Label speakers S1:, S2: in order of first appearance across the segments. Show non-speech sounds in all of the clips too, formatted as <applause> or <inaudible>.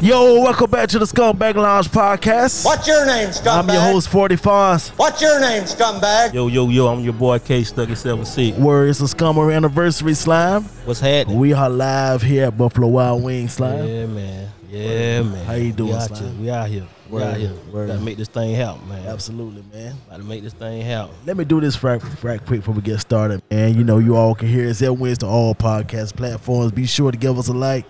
S1: Yo, welcome back to the Scumbag Lounge podcast.
S2: What's your name, scumbag?
S1: I'm your host, 40 Fonz.
S2: What's your name, scumbag?
S3: Yo, yo, yo, I'm your boy K Stuck at 7C.
S1: Where is the Scummer Anniversary Slime?
S3: What's happening?
S1: We are live here at Buffalo Wild Wings Slime.
S3: Yeah, man. Yeah, man.
S1: How you doing,
S3: we out
S1: Slime?
S3: here. We out here. We
S1: Word,
S3: out here.
S1: word.
S3: Gotta make this thing happen, man.
S1: Absolutely, man.
S3: Gotta make this thing happen.
S1: Let me do this right, right quick before we get started, man. You know, you all can hear us every Wednesday on all podcast platforms. Be sure to give us a like,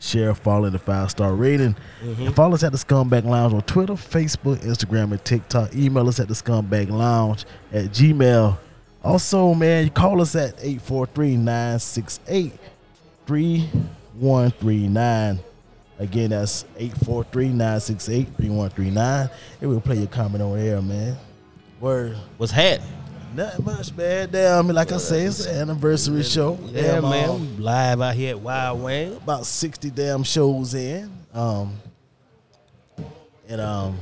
S1: share, follow, and a five star rating. And follow us at the Scumbag Lounge on Twitter, Facebook, Instagram, and TikTok. Email us at the Scumbag Lounge at Gmail. Also, man, you call us at 843 968 3139. Again, that's 843 968 3139. And we'll play your comment on air, man. Word.
S3: What's happening?
S1: Nothing much, man. Damn, I mean, like I say, it's an anniversary show.
S3: Yeah,
S1: Damn, um,
S3: man. We live out here at Wild Wayne.
S1: about sixty damn shows in. Um, and um,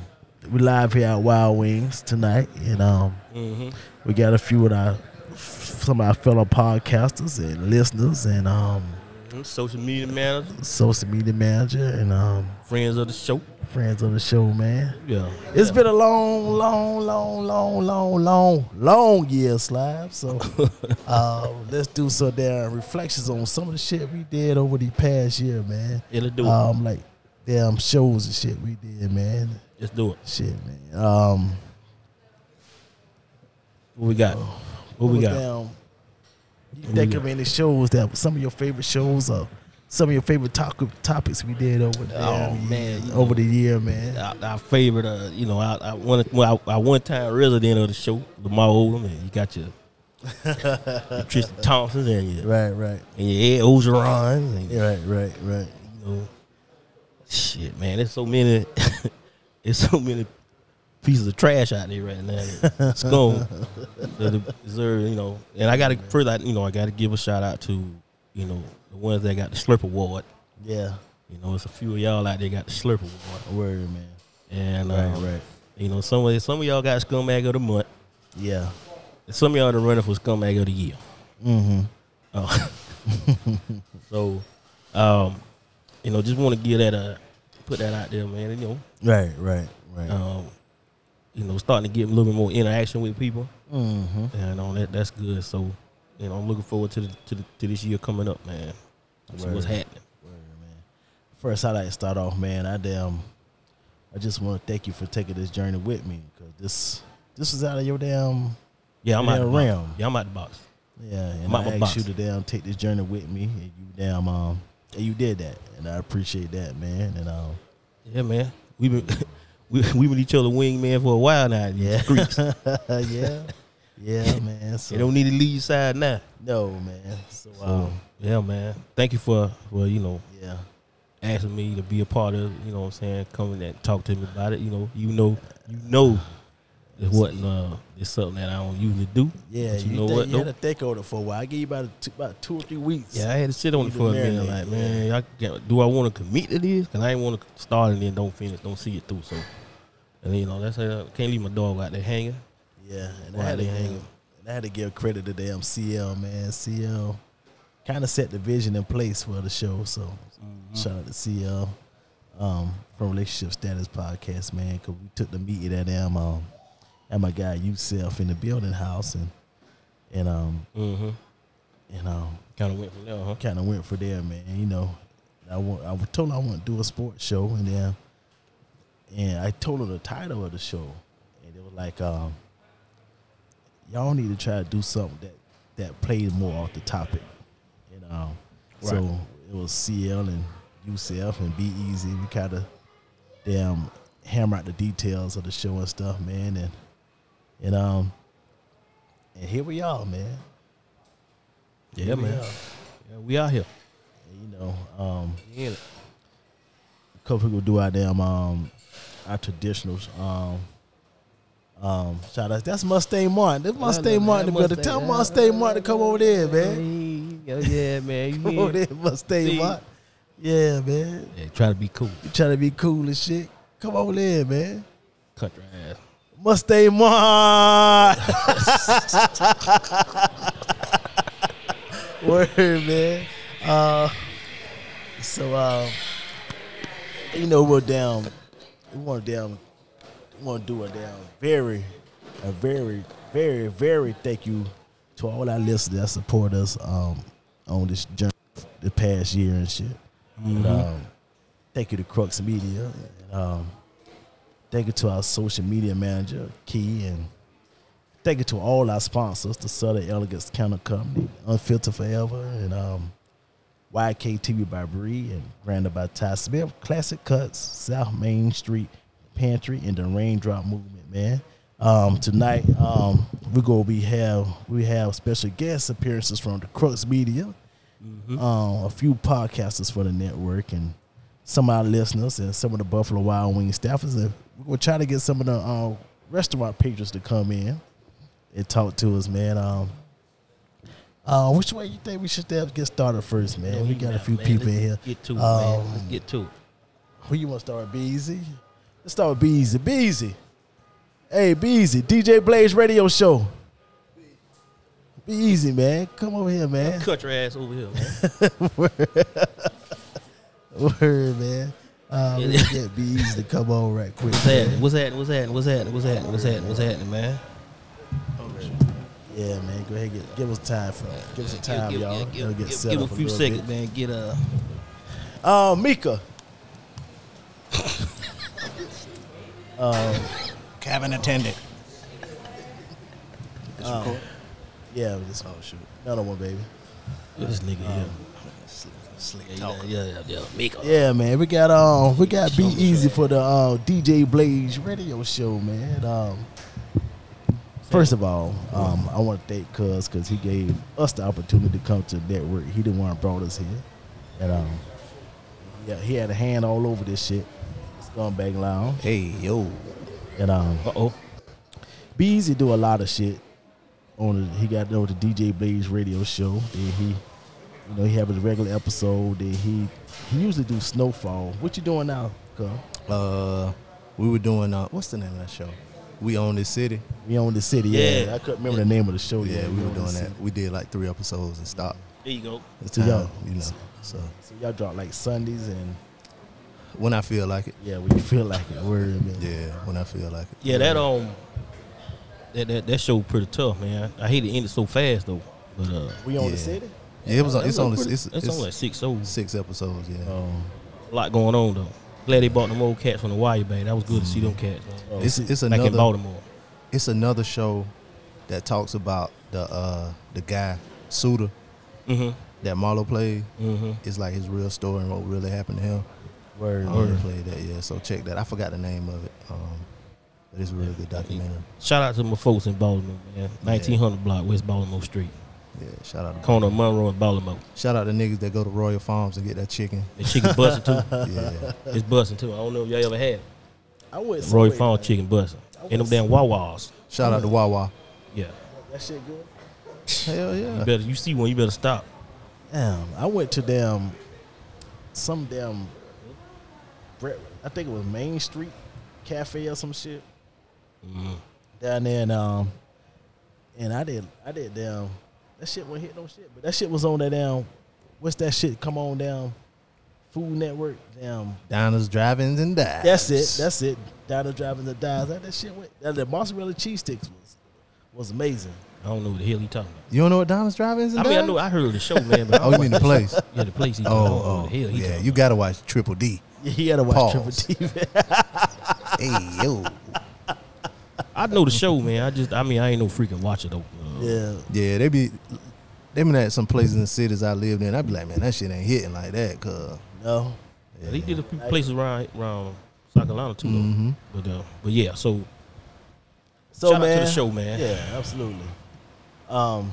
S1: we live here at Wild Wings tonight, and um,
S3: Mm-hmm.
S1: we got a few of our some of our fellow podcasters and listeners, and um,
S3: Mm-hmm. Social media manager,
S1: social media manager, and um,
S3: friends of the show.
S1: friends of the show, man.
S3: Yeah.
S1: It's been a long, long, long, long, long, long, long year, Slab.
S3: <laughs>
S1: So uh, let's do some damn reflections on some of the shit we did over the past year, man.
S3: It'll do it.
S1: Um, like damn shows and shit we did, man.
S3: Let's do it.
S1: Shit, man. Um,
S3: What we got? What we got?
S1: oh, Damn, you can think of any shows that some of your favorite shows or some of your favorite topic, topics we did over the
S3: Oh,
S1: damn
S3: man,
S1: year-
S3: you
S1: over the year, man.
S3: our, our favorite, uh, you know, our, our one, well, our, our one-time resident of the show, Lamar Odom, and you
S1: <laughs>
S3: got your, your Tristan Thompsons and your,
S1: Right, right,
S3: and your Ed Ogeron, and
S1: Yeah, right, right, right.
S3: you know, shit, man, there's so many, <laughs> there's so many pieces of trash out there right now.
S1: <laughs>
S3: It's gone. that deserve, you know, and I got to first, I, you know, I got to give a shout out to, you know, the ones that got the Slurp Award.
S1: Yeah,
S3: You know, it's a few of y'all out there got the Slurp Award,
S1: word, man.
S3: and
S1: Right,
S3: um,
S1: right.
S3: You know, some of some of y'all got scumbag of the month.
S1: Yeah.
S3: and Some of y'all are running for scumbag of the year.
S1: Mm-hmm.
S3: Oh. <laughs> so, um, you know, just want to give that a put that out there, man. And, you
S1: Right, right, right.
S3: know, um, you know, starting to get a little bit more interaction with people,
S1: mm-hmm.
S3: and on that that's good. So, you know, I'm looking forward to the, to, the, to this year coming up, man. See what's
S1: Word.
S3: happening.
S1: First, I like to start off, man. I damn, I just want to thank you for taking this journey with me because this this was out of your damn
S3: Yeah, I'm
S1: Yeah,
S3: out the
S1: realm.
S3: box. Yeah, I'm out the box.
S1: yeah. And
S3: Mama
S1: I asked
S3: box.
S1: you to damn take this journey with me, and you damn um and you did that, and I appreciate that, man. And um <laughs>
S3: Yeah, man. We've been <laughs> we we been each other wingman for a while now.
S1: yeah, <laughs>
S3: Yeah, streets.
S1: yeah, yeah, man. So
S3: they don't need to leave side now.
S1: no, man. So,
S3: So,
S1: um,
S3: yeah, man. Thank you for for you know
S1: yeah,
S3: asking me to be a part of. You know what I'm saying? Coming and talk to me about it. You know, you know, you know, it wasn't. Uh, it's something that I don't usually do.
S1: yeah.
S3: But
S1: You,
S3: you, know
S1: think-
S3: what?
S1: You
S3: though?
S1: had to think on it for a while. I gave you about, two, about two or three weeks.
S3: Yeah, I had to sit on
S1: You
S3: it for
S1: the
S3: a minute.
S1: marinate,
S3: Like, man, I can't, do I want to commit to this? And I ain't want to start and then don't finish, don't see it through. So, and you know, that's how I can't leave my dog out there hanging.
S1: Yeah, and I
S3: Why
S1: had to
S3: they
S1: hang
S3: hanging?
S1: And I had to give credit to damn CL man. CL kind of set the vision in place for the show. So shout out to CL um, from Relationship Status Podcast, man. Cause we took the meeting at damn um, at my guy Yousef in the building house and and um
S3: Mm-hmm.
S1: and um
S3: Kind of went from there, huh?
S1: kind of went for there, man. You know, I want, I was told I want to do a sports show, and then and I told her the title of the show, and it was like, um, y'all need to try to do something that that plays more off the topic, and um, so
S3: Right.
S1: it was CL and UCF and Be Easy. We kind of damn hammer out the details of the show and stuff, man, and and um, and here we are, man.
S3: Yeah,
S1: Here we
S3: man.
S1: are.
S3: Yeah, we out here.
S1: And, you know, um.
S3: We in it.
S1: couple people do our damn um our traditional um um shout outs. That's Mustang Martin. That's Mustang Martin the brother. Tell Mustang Martin to come over there, man.
S3: Yeah, yeah, man.
S1: <laughs>
S3: You
S1: Come
S3: in
S1: over
S3: it.
S1: there, Mustang
S3: See?
S1: Martin. Yeah, man.
S3: Yeah, try to be cool.
S1: You trying to be cool and shit. Come over there, man.
S3: Country ass.
S1: Mustang <laughs> Martin. Word, man. Uh, so um, you know, we're down. We want to down. We want to do a down very, a very, very, very thank you to all our listeners that support us um, on this journey the past year and shit. And, um, thank you to Crux Media. And, um, thank you to our social media manager Key and. Thank you to all our sponsors, the Southern Elegance Counter Company, Unfiltered Forever, and um, YKTV by Bree and Grander by Ty Smith. Classic Cuts, South Main Street Pantry, and the Raindrop Movement, man. Um, tonight, um, we go. We have we have special guest appearances from the Crux Media, um, a few podcasters for the network, and some of our listeners and some of the Buffalo Wild Wings staffers. And we'll try to get some of the uh, restaurant patrons to come in and talk to us, man. Um, uh, which way you think we should have- get started first, man? we got a few
S3: Man,
S1: people
S3: let's
S1: in here.
S3: Get to it,
S1: Um,
S3: man. Let's get to it.
S1: Who you want to start with? Beezy? Let's start with Beezy. Beezy. Hey, Beezy. DJ Blaze Radio Show. Be easy, man. Come over here, man.
S3: Cut your ass over here, man.
S1: <laughs> Word, man. Um, let's get Be easy to come on right quick.
S3: <laughs> What's happening? What's happening? What's happening? What's happening? What's happening? What's happening? What's happening, man?
S1: Yeah, man. Go ahead. Get, give us time for Give us a time,
S3: give,
S1: y'all.
S3: Give,
S1: It'll
S3: give,
S1: get
S3: give,
S1: set
S3: give
S1: up
S3: a few
S1: little
S3: seconds,
S1: bit.
S3: man. Get uh,
S1: Uh,
S3: <laughs>
S1: Mika. Uh,
S4: Cabin attendant.
S1: uh, Yeah, this oh shoot. Another one, baby.
S3: this nigga here.
S4: Slick
S3: Yeah,
S4: talker.
S3: yeah, yeah, yeah. Mika.
S1: Yeah, man. We got um, we got Be
S3: Show me
S1: Easy
S3: that.
S1: for the uh, DJ Blaze Radio Show, man. Um, first of all, um, I want to thank Cuz because he gave us the opportunity to come to the network. He the one that brought us here, and um, yeah, he had a hand all over this shit. Scumbag Lounge,
S4: Hey yo.
S1: and um,
S3: Uh oh.
S1: Be Easy do a lot of shit. On the, he got on the DJ Blaze radio show. Then he, you know, he have his regular episode. Then he, he usually do Snowfall. What you doing now, Cuz?
S4: Uh, we were doing uh, what's the name of that show? We own this city.
S1: We own the city. Yeah,
S3: Yeah.
S1: I couldn't remember the name of the show.
S4: Yeah,
S1: yet.
S4: we were
S1: Own the
S4: doing
S1: City.
S4: that. We did like three episodes and stopped.
S3: There you go.
S4: It's
S1: So
S4: time,
S1: y'all-
S4: you know. So
S1: So y'all drop like Sundays and
S4: when I feel like it.
S1: yeah, when you <laughs> feel like it. Word, man.
S4: Yeah, when I feel like it.
S3: Yeah, that um, that that that show pretty tough, man. I hate to end it so fast though, but uh,
S1: We own
S4: Yeah.
S1: the city.
S4: Yeah, it was. On,
S3: that's
S4: it's
S3: a
S4: only
S3: pretty-
S4: it's,
S3: that's
S4: it's
S3: only Oh, like six shows.
S4: six episodes. Yeah,
S1: Um,
S3: A lot going on though. Glad they bought them old cats from the wire bag. That was good to see them cats. man.
S4: it's it's
S3: Back in
S4: another
S3: Baltimore.
S4: it's another show that talks about the uh the guy Suda
S3: Mm-hmm.
S4: that Marlo played.
S3: Mm-hmm.
S4: It's like his real story and what really happened to him.
S1: word.
S4: I
S1: man.
S4: already played that, yeah. So check that. I forgot the name of it. Um, but it's a really good documentary.
S3: Shout out to my folks in Baltimore, man. 1900 block, West Baltimore Street.
S4: Yeah, shout out. To,
S3: Corner of Monroe and Baltimore.
S4: shout out to niggas that go to Royal Farms and get that
S1: <laughs>
S4: chicken.
S3: The chicken busting too.
S4: Yeah,
S3: It's busting too. I don't know if y'all ever had it.
S1: I would. say-
S3: Roy
S1: wait,
S3: Farm
S1: man,
S3: chicken busting. And them damn Wawas.
S4: shout out to Wawa.
S3: Yeah.
S1: That shit good.
S4: Hell
S3: You
S4: yeah.
S3: better you see one, you better stop.
S1: Damn, I went to damn some damn. bre- I think it was Main Street Cafe or some shit
S3: Mm-hmm.
S1: down there, and um, and I did I did damn that shit went hit no shit, but that shit was on that damn what's that shit? Come on down, Food Network. Damn,
S4: Diners, drive-ins, and dives.
S1: that's it, that's it. Down the driving the dies. That, that shit went. That, the mozzarella cheese sticks was was amazing.
S3: I don't know what the hell he talking about.
S4: you don't know what Diners, drive-ins, and
S3: I mean, I
S4: dives?
S3: know I heard the show, man, but <laughs> I
S4: Oh, you mean the place? oh,
S3: yeah, the place he talking about. I don't know
S4: oh,
S3: what the hell he
S4: yeah.
S3: talking
S4: You
S3: about.
S4: gotta watch
S1: <laughs>
S4: Triple D.
S1: He had to watch Triple
S4: Pause.
S1: T. man.
S4: hey yo.
S3: I know the show, man. I just I mean I ain't no freaking watcher though. Uh,
S1: yeah,
S4: Yeah, they be. They been at some places in cities I lived in. I'd be like, man, that shit ain't hitting like that, cause
S1: no.
S3: Yeah, They did a few places around around South Carolina too, though. But uh, but yeah, so
S1: Mm-hmm. So
S3: Shout out to
S1: man,
S3: the show, man.
S1: Yeah, absolutely. Um,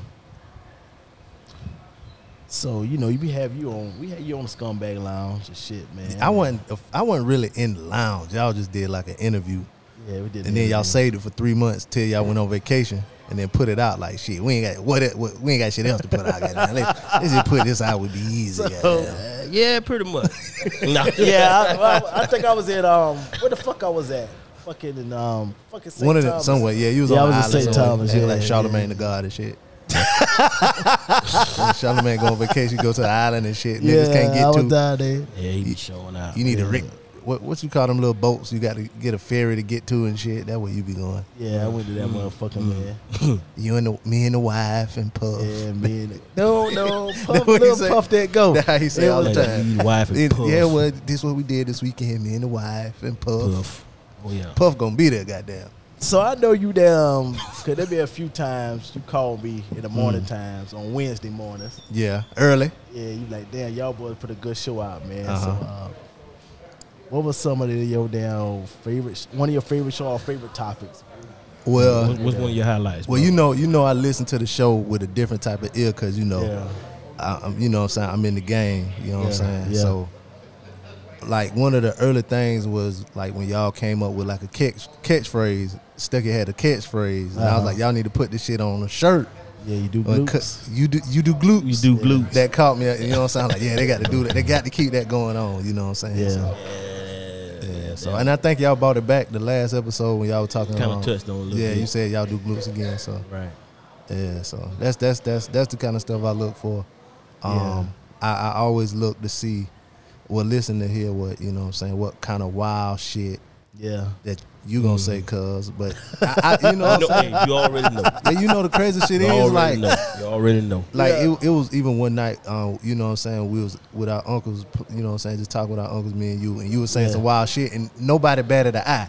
S1: so you know, you be have you on. We had you on the scumbag lounge and shit, man.
S4: I wasn't. I wasn't really in the lounge. Y'all just did like an interview.
S1: Yeah, we did.
S4: and then y'all
S1: everything.
S4: saved it for three months till y'all went on vacation, and then put it out like shit. We ain't got what, it- what we ain't got shit else to put out. goddamn. Let's, let's just put this out would be easy. goddamn.
S3: uh, yeah, pretty
S1: <laughs>
S3: much. Nah.
S1: Yeah, I, I,
S4: <laughs>
S1: I think I was at um, where the fuck I was at? Fucking in um, fucking St.
S4: one of them
S1: Thomas.
S4: somewhere. Yeah, you was
S1: Yeah, I
S4: on
S1: was
S4: the
S1: in St.
S4: island somewhere,
S1: Thomas,
S4: acting
S1: yeah,
S4: like
S1: yeah.
S4: Charlemagne the God and shit. <laughs> Charlemagne go on vacation, go to the island and shit.
S1: Yeah,
S4: Niggas can't
S1: I
S4: get
S1: was
S4: to.
S1: down there.
S3: yeah, he be showing out.
S4: You need
S3: yeah.
S4: a Rick what what you call them little boats you got to get a ferry to get to and shit. That way you be going.
S1: Yeah, I went to that
S4: Mm.
S1: motherfucker, man.
S4: You and the, me and the wife and Puff.
S1: Yeah,
S4: <laughs>
S1: man. No, no,
S4: That's
S1: puff,
S4: what he
S1: little
S4: said.
S1: puff that
S4: <laughs>
S1: go.
S4: That's how he say
S1: It
S4: all the
S1: was-
S3: like,
S4: time.
S3: you, wife, and
S4: It-
S3: Puff.
S4: yeah, well, this what we did this weekend. Me and the wife and Puff. Puff,
S3: Puff. Oh yeah.
S4: gonna be there. Goddamn.
S1: So I know you down because there be a few times you call me in the
S4: Mm.
S1: morning times on Wednesday mornings.
S4: Yeah, early.
S1: Yeah, you like, damn, y'all boys put a good show out, man. So,
S4: Uh-huh.
S1: uh, what was some of the, your damn favorite, sh- one of your favorite show or favorite topics?
S4: Well,
S3: What- What's one of your highlights?
S4: Well,
S3: bro?
S4: you know, you know, I listen to the show with a different type of ear because you know,
S1: Yeah.
S4: I, I'm, you know, what I'm saying I'm in the game. You know what I'm
S1: Yeah,
S4: saying?
S1: yeah.
S4: So, like one of the early things was like when y'all came up with like a catch catchphrase. Stucky had a catchphrase, and I was
S1: Uh-huh.
S4: like, y'all need to put this shit on a shirt.
S1: Yeah, you do
S4: Or
S1: glutes.
S4: cut- You do you do glutes.
S3: You do glutes.
S4: That caught me. You know what I'm saying? Like, yeah, they got to do that. They got to keep that going on. You know what I'm saying?
S1: Yeah.
S4: So, yeah, so and I think y'all brought it back the last episode when y'all were talking.
S3: Kinda
S4: um,
S3: touched on it a little
S4: Yeah,
S3: bit.
S4: you said y'all do glutes again. So
S1: Right.
S4: yeah, so that's that's that's that's the kind of stuff I look for. Um
S1: Yeah.
S4: I, I always look to see well listen to hear what, you know what I'm saying, what kind of wild shit
S1: Yeah.
S4: that you gonna say cuz, but I, I
S3: <laughs>
S4: you know
S3: Mm-hmm. I
S4: what <laughs>
S3: know-
S4: I'm saying?
S3: hey, you already know.
S4: Yeah, you know the crazy shit
S3: You
S4: is
S3: already
S4: like
S3: know. You already
S4: <laughs>
S3: know.
S4: like
S1: Yeah.
S4: it, it was even one night, um, you know what I'm saying, we was with our uncles, you know what I'm saying, just talking with our uncles, me and you, and you were saying
S1: Yeah.
S4: some wild shit and nobody batted an
S1: <laughs>
S4: eye.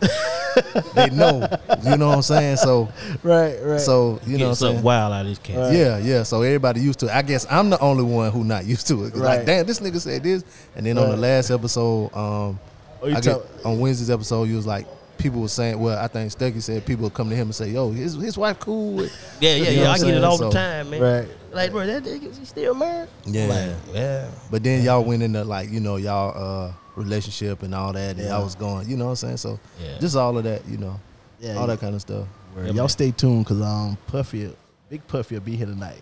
S4: they know. You know what I'm saying? So
S1: Right, right.
S4: so you
S3: You
S4: know
S3: know
S4: what I'm
S3: something
S4: saying.
S3: wild out of this cat.
S4: Yeah, yeah. So everybody used to. it. I guess I'm the only one who not used to it. 'Cause Like,
S1: Right.
S4: damn, this nigga said this, and then on the
S1: Right.
S4: last episode, um,
S1: Oh, you
S4: I guess
S1: talk-
S4: on Wednesday's episode, you was like, people were saying, well, I think Stucky said people would come to him and say, yo, his his wife cool. With,
S3: Yeah, yeah,
S4: You know
S3: yeah. I
S4: what I'm
S3: get
S4: saying?
S3: it all
S4: So-
S3: the time, man.
S1: Right.
S3: Like, bro, that nigga he still married?
S4: Yeah.
S3: Like, yeah.
S4: but then y'all went into like, you know, y'all uh relationship and all that, and
S1: Yeah.
S4: y'all was going, you know what I'm saying? So
S3: Yeah.
S4: just all of that, you know,
S1: Yeah,
S4: all
S1: you-
S4: that kind of stuff.
S1: Word. Y'all stay tuned because um Puffy, Big Puffy will be here tonight.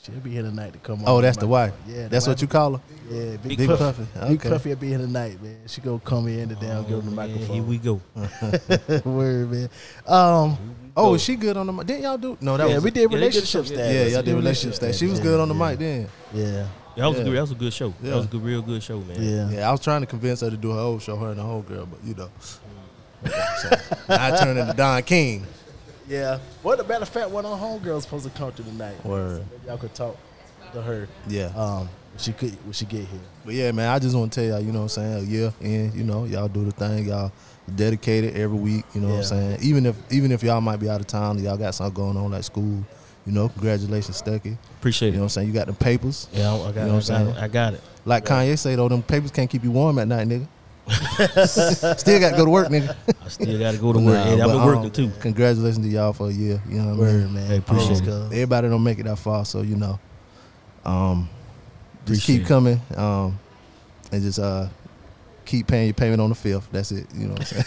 S1: She'll be here tonight to come on.
S4: Oh, that's the
S1: My-
S4: wife.
S1: Yeah, the
S4: that's
S1: wife-
S4: what you call her.
S1: Yeah, Big,
S4: Big
S1: Puffy.
S4: Puffy.
S1: Big
S4: Okay. Oh,
S1: Puffy will be here tonight, man. She gonna come in and down, give her the
S3: Man,
S1: microphone.
S3: Here we go.
S1: <laughs> Word, man. Um,
S4: Oh, is she good on the mic? Didn't y'all do? No, that
S1: yeah,
S4: was
S1: we did
S3: yeah, they did a show.
S1: relationship status.
S4: Yeah, y'all
S1: We
S4: did relationship stuff. She was good on the
S1: yeah,
S4: mic then.
S1: Yeah,
S3: That was
S4: Yeah.
S3: a good. That was a good show.
S4: Yeah.
S3: That was a good, real good show, man.
S1: yeah.
S4: Yeah, I was trying to convince her to do her old show, her and the whole girl, but you know. <laughs> So, I turned into Don King.
S1: Yeah. Well, the matter of fact, one of the homegirls supposed to come to tonight.
S4: Word.
S1: Maybe y'all could talk to her.
S4: Yeah.
S1: Um, when she could when she get here.
S4: But yeah, man, I just want to tell y'all, you know what I'm saying? Yeah, and you know, y'all do the thing, y'all dedicated every week, you know what I'm
S1: Yeah.
S4: saying? Even if even if y'all might be out of town, y'all got something going on like school, you know, congratulations, Stucky. You
S3: Appreciate
S4: know what I'm
S3: it.
S4: saying? You got them papers.
S3: Yeah, I, I got. I,
S4: know what I'm
S3: got
S4: saying?
S3: it. I got it.
S4: Like Kanye say though, them papers can't keep you warm at night, nigga. Still got to go to work, nigga. <laughs>
S3: I still got to go to work.
S4: Nah,
S3: and I've
S4: but,
S3: been
S4: um,
S3: working
S4: <laughs>
S3: too. <laughs>
S4: Congratulations to y'all for a year. You know what I mean? Um,
S1: Word, man.
S3: Hey, appreciate
S1: Always
S3: it.
S1: come.
S4: Everybody don't make it that far, so you know. Um, just
S3: Appreciate
S4: keep
S3: it.
S4: coming, um, and just uh, keep paying your payment on the fifth. That's it. You know what I'm saying?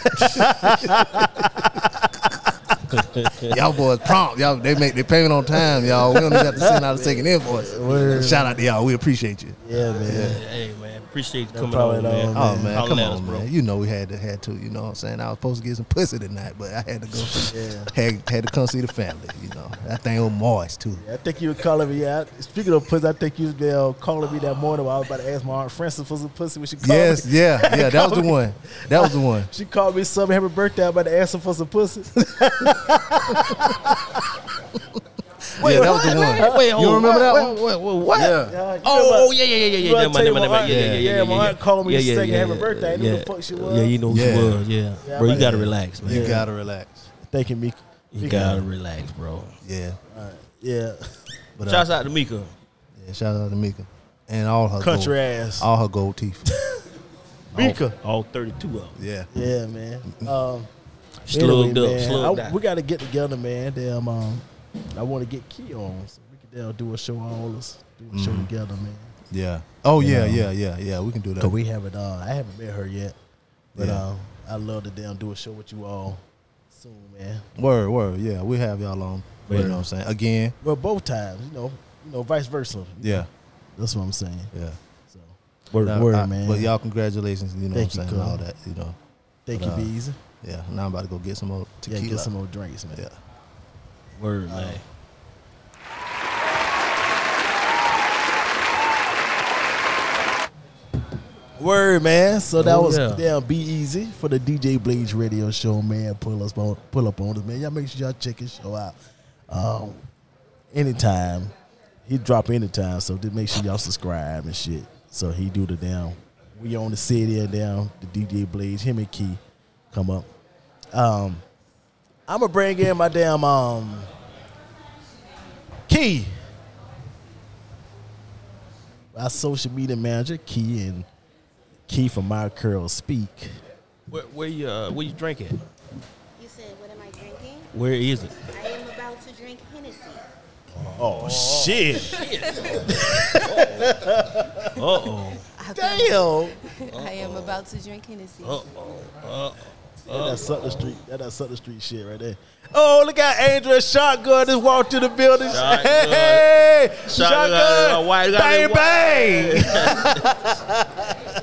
S4: <laughs> y'all boys prompt. Y'all they make their payment on time. Y'all we don't even have to send out a second
S3: <laughs>
S4: invoice.
S1: Word.
S4: Shout out to y'all. We appreciate you.
S1: Yeah, man.
S3: Hey man, appreciate you
S1: No
S3: coming
S1: problem
S3: on,
S1: at all,
S3: man.
S4: Oh
S1: Man,
S4: man,
S3: Holla
S4: come
S3: at
S4: on,
S3: us, bro.
S4: man. You know we had to had to. You know what I'm saying? I was supposed to get some pussy tonight, but I had to
S3: <laughs>
S4: go.
S1: Yeah.
S4: Had, had to come see the family. You know that thing was moist too.
S1: Yeah, I think you were calling me. Yeah, I- speaking of pussy, I think you was there uh, calling me that morning while I was about to ask my aunt Frances for some pussy when she called
S4: Yes,
S1: me.
S4: yeah, yeah. That was the one. That was the one.
S1: She called me something. Happy birthday! I'm about to ask her for some
S4: <laughs>
S1: pussy.
S4: yeah, that was the one.
S3: Wait,
S4: you
S3: hold on.
S4: remember that
S3: Wait,
S4: one?
S3: wait, wait, what?
S1: Yeah, Uh, you
S3: Oh,
S1: remember-
S3: yeah, yeah, yeah, yeah,
S1: Well, I
S3: yeah.
S1: tell
S3: My,
S1: you
S3: my,
S1: what,
S3: my,
S1: my-
S3: yeah, yeah, yeah,
S1: yeah,
S3: yeah.
S1: my
S3: yeah.
S1: aunt called me
S3: yeah,
S1: to
S3: yeah,
S1: sing
S3: yeah,
S1: Happy
S3: yeah,
S1: Birthday. I knew
S3: Yeah,
S1: who the fuck she was.
S3: Yeah, you know who
S4: Yeah.
S3: she was. Yeah,
S1: Yeah,
S3: bro,
S1: but-
S3: you gotta relax, man.
S4: You gotta relax.
S1: Thank you, Mika.
S3: You gotta relax, bro.
S4: Yeah.
S1: Yeah,
S4: But uh,
S3: Shouts out to Mika.
S4: yeah, shout out to Mika and all her
S1: country
S4: gold,
S1: ass.
S4: all her
S3: <laughs>
S4: gold teeth. Oh,
S1: Mika.
S3: All 32 of them.
S4: yeah.
S1: Yeah, man. Um,
S3: Slugged
S1: anyway,
S3: up,
S1: man,
S3: slugged
S1: I-
S3: out.
S1: We got to get together, man. Damn, um, I want to get Key on so we can damn do a show all of us do a show
S4: Mm.
S1: together, man.
S4: Yeah. Oh yeah, yeah, yeah, yeah. We can do
S1: Cause
S4: that.
S1: we haven't, uh, I haven't met her yet, but
S4: Yeah.
S1: um, I love to damn do a show with you all soon, man.
S4: Word, word. Yeah, we have y'all on. You know
S3: Yeah.
S4: what I'm saying? Again.
S1: Well, both times, you know, you know, vice versa.
S4: Yeah.
S1: That's what I'm saying.
S4: Yeah.
S1: So,
S3: Word,
S4: Nah,
S1: word,
S4: I-
S1: man.
S4: But y'all, congratulations. You know
S1: Thank
S4: what I'm
S1: you,
S4: saying? and All
S1: cuz.
S4: that. You know.
S1: thank
S4: But,
S1: you,
S4: uh,
S1: Bees.
S4: Yeah. Now I'm about to go get some more
S1: Yeah,
S4: tequila.
S1: get some more drinks, man.
S4: Yeah.
S3: Word, man.
S1: Word, man. So that
S3: Oh,
S1: was
S3: yeah.
S1: damn be easy for the DJ Blaze Radio Show, man. Pull us on, pull up on us, man. Y'all make sure y'all check his show out. Um, anytime he drop anytime, so just make sure y'all subscribe and shit. So he do the damn. We on the city and down the DJ Blaze. Him and Key come up. Um, I'm gonna bring in my damn um Key, our social media manager Key and Key from My Curl Speak.
S3: Where, where you uh, where you drink at?
S5: You said, what am I drinking?
S3: Where is it?
S5: I am about to drink Hennessy.
S1: Oh, <laughs> shit!
S3: Uh oh.
S1: Damn,
S6: I am about to drink Hennessy.
S3: Uh oh. Uh
S1: that's Sutton Street. That that Sutton Street shit right there. Oh, look at Andrew Shotgun just walked through the building.
S3: Shotgun.
S1: Hey, hey,
S3: Shotgun, uh,
S1: shotgun,
S3: white- got
S1: bang
S3: it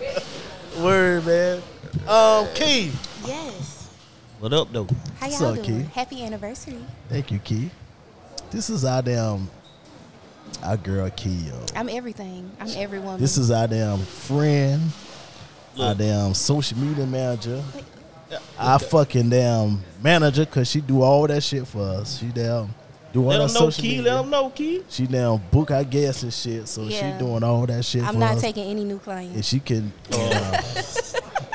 S1: bang. <laughs> Word, man. Um, Key.
S5: Yes.
S3: What up though?
S5: How y'all
S1: What's up,
S5: doing?
S1: Key?
S5: Happy anniversary.
S1: Thank you, Key. This is our damn our girl Key, yo.
S6: I'm everything. I'm every woman.
S1: This is our damn friend, our
S3: Look.
S1: damn social media manager, our fucking damn manager, cause she do all that shit for us. She damn do all
S3: Let
S1: that
S3: them know,
S1: social
S3: Key.
S1: media.
S3: Let them know, Key.
S1: She damn book our guests and shit, so
S6: Yeah.
S1: she doing all that shit.
S6: I'm
S1: for
S6: not
S1: us.
S6: taking any new clients.
S1: and she can, damn,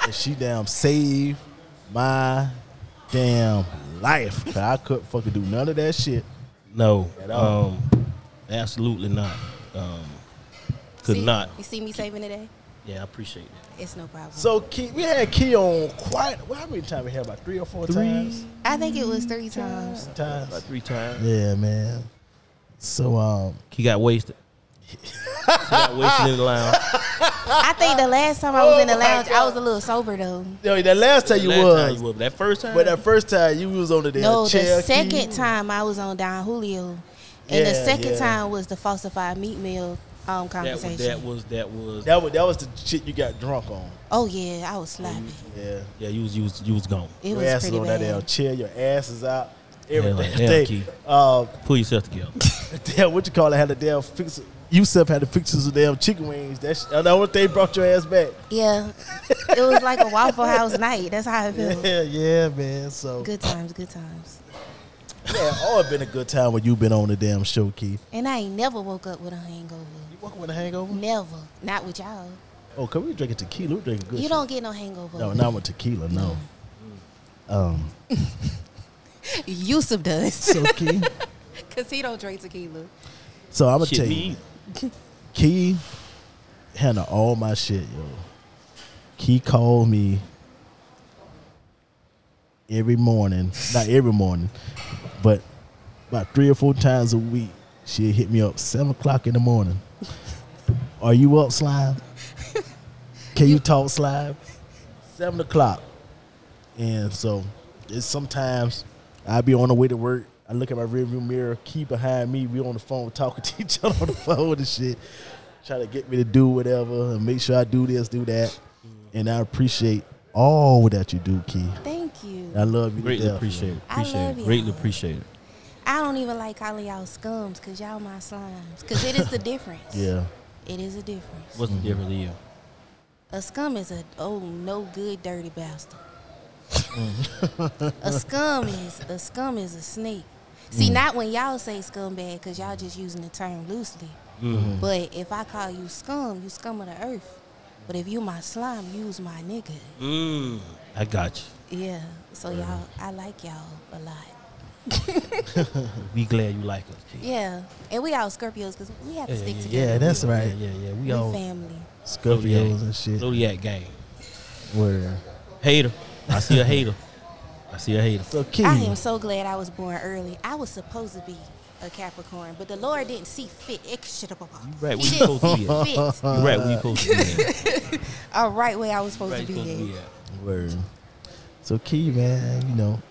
S1: and she damn save my damn life. 'Cause I couldn't fucking do none of that shit.
S3: No.
S1: At all.
S3: Um, absolutely not. Um, could
S6: See-
S3: not.
S6: You see me saving today?
S3: Yeah, I appreciate that.
S6: It's no problem.
S1: So Key, we had Key on quite. Well, how many times we had? About three or four times.
S6: I think it was three times.
S1: Times.
S3: three times.
S1: Yeah, man. So um,
S3: He got wasted. he got wasted in the
S1: <laughs>
S3: lounge.
S6: I think the last time I was in the
S1: Oh, my
S6: lounge, I was a little sober though.
S1: yo, that last time you
S3: Last
S1: was,
S3: time you was, but that first time.
S1: but that first time you was on the damn
S6: No,
S1: chair.
S6: the second time I was on Don Julio, and the
S1: Yeah,
S6: second
S1: yeah.
S6: time was the falsified meat meal um,
S3: that was
S6: conversation.
S3: that was that was.
S1: that was that was the shit you got drunk on.
S6: oh yeah, I was sloppy.
S1: Yeah,
S3: yeah, you was you was you was gone.
S6: It
S1: your
S6: was
S1: ass is
S6: pretty
S1: on
S6: bad.
S1: that damn chair. Your ass is out. <laughs> Everything.
S3: like,
S1: Yeah,
S3: damn, Key.
S1: uh,
S3: Pull yourself together.
S1: damn, what <laughs> you call it? Had a damn fix. Yusef had to fix you some damn chicken wings. That sh- that one thing brought your ass back.
S6: Yeah, it was like a Waffle House night. That's how it
S1: <laughs>
S6: felt.
S1: Yeah, yeah, man. So
S6: Good times, good times.
S1: yeah, always been a good time when you've been on the damn show, Key.
S6: And I ain't never woke up with a hangover.
S1: You walking with a hangover?
S6: Never. Not with y'all.
S1: Oh, cause we drinking tequila. We drinking good.
S6: You
S1: shit.
S6: don't get no hangover.
S1: No, not with tequila. No. Um.
S6: Yusuf
S1: <laughs>
S6: does. <laughs>
S1: So Key.
S6: Because he don't drink tequila.
S1: So I'm gonna
S3: Shit,
S1: tell
S3: me
S1: you,
S3: either.
S1: Key handle all my shit, yo. Key called me every morning, not every morning, but about three or four times a week. She hit me up seven o'clock in the morning. Are you up, slime? Can you talk, slime? Seven o'clock, and so it's sometimes I be on the way to work. I look at my rearview mirror, key behind me. We on the phone talking <laughs> to each other on the phone and shit, trying to get me to do whatever and make sure I do this, do that. And I appreciate all that you do, Key.
S6: Thank you.
S1: I love you.
S3: Greatly
S1: to death,
S3: appreciate it.
S6: I
S3: Appreciate
S6: love
S3: it.
S6: y'all.
S3: Greatly appreciate it.
S6: I don't even like calling y'all scums because y'all my slimes. Because it is the difference.
S1: Yeah.
S6: It is a difference.
S3: What's
S1: Mm-hmm.
S3: the difference to you?
S6: A scum is a, oh, no good, dirty bastard.
S1: Mm.
S6: a scum is a scum is a snake. See,
S1: Mm.
S6: not when y'all say scumbag because y'all just using the term loosely.
S1: Mm-hmm.
S6: But if I call you scum, you scum of the earth. But if you my slime, use my nigga.
S3: Mm, I got
S6: Yeah. So y'all, I like y'all a lot.
S3: you. We glad you like us. Key.
S6: Yeah. And we all Scorpios because we have to stick together.
S1: Yeah, that's right.
S3: Yeah, yeah, yeah. We
S6: We
S3: all
S6: family.
S1: Scorpios and shit.
S3: Zodiac gang.
S1: Word.
S3: Hater. I see a hater. I see a
S1: <laughs>
S3: hater.
S1: So Key,
S3: Mm.
S6: I am so glad I was born early. I was supposed to be a Capricorn, but the Lord didn't see fit. Extra-
S3: right where
S6: he
S3: you
S6: didn't
S3: supposed
S6: see
S3: to be <laughs>
S6: fit.
S3: You right where you supposed to be at.
S6: All right where I was supposed
S3: Right
S6: to
S3: where you supposed
S6: be
S3: to
S6: at.
S3: be <laughs> at.
S1: word. So Key, man, you know,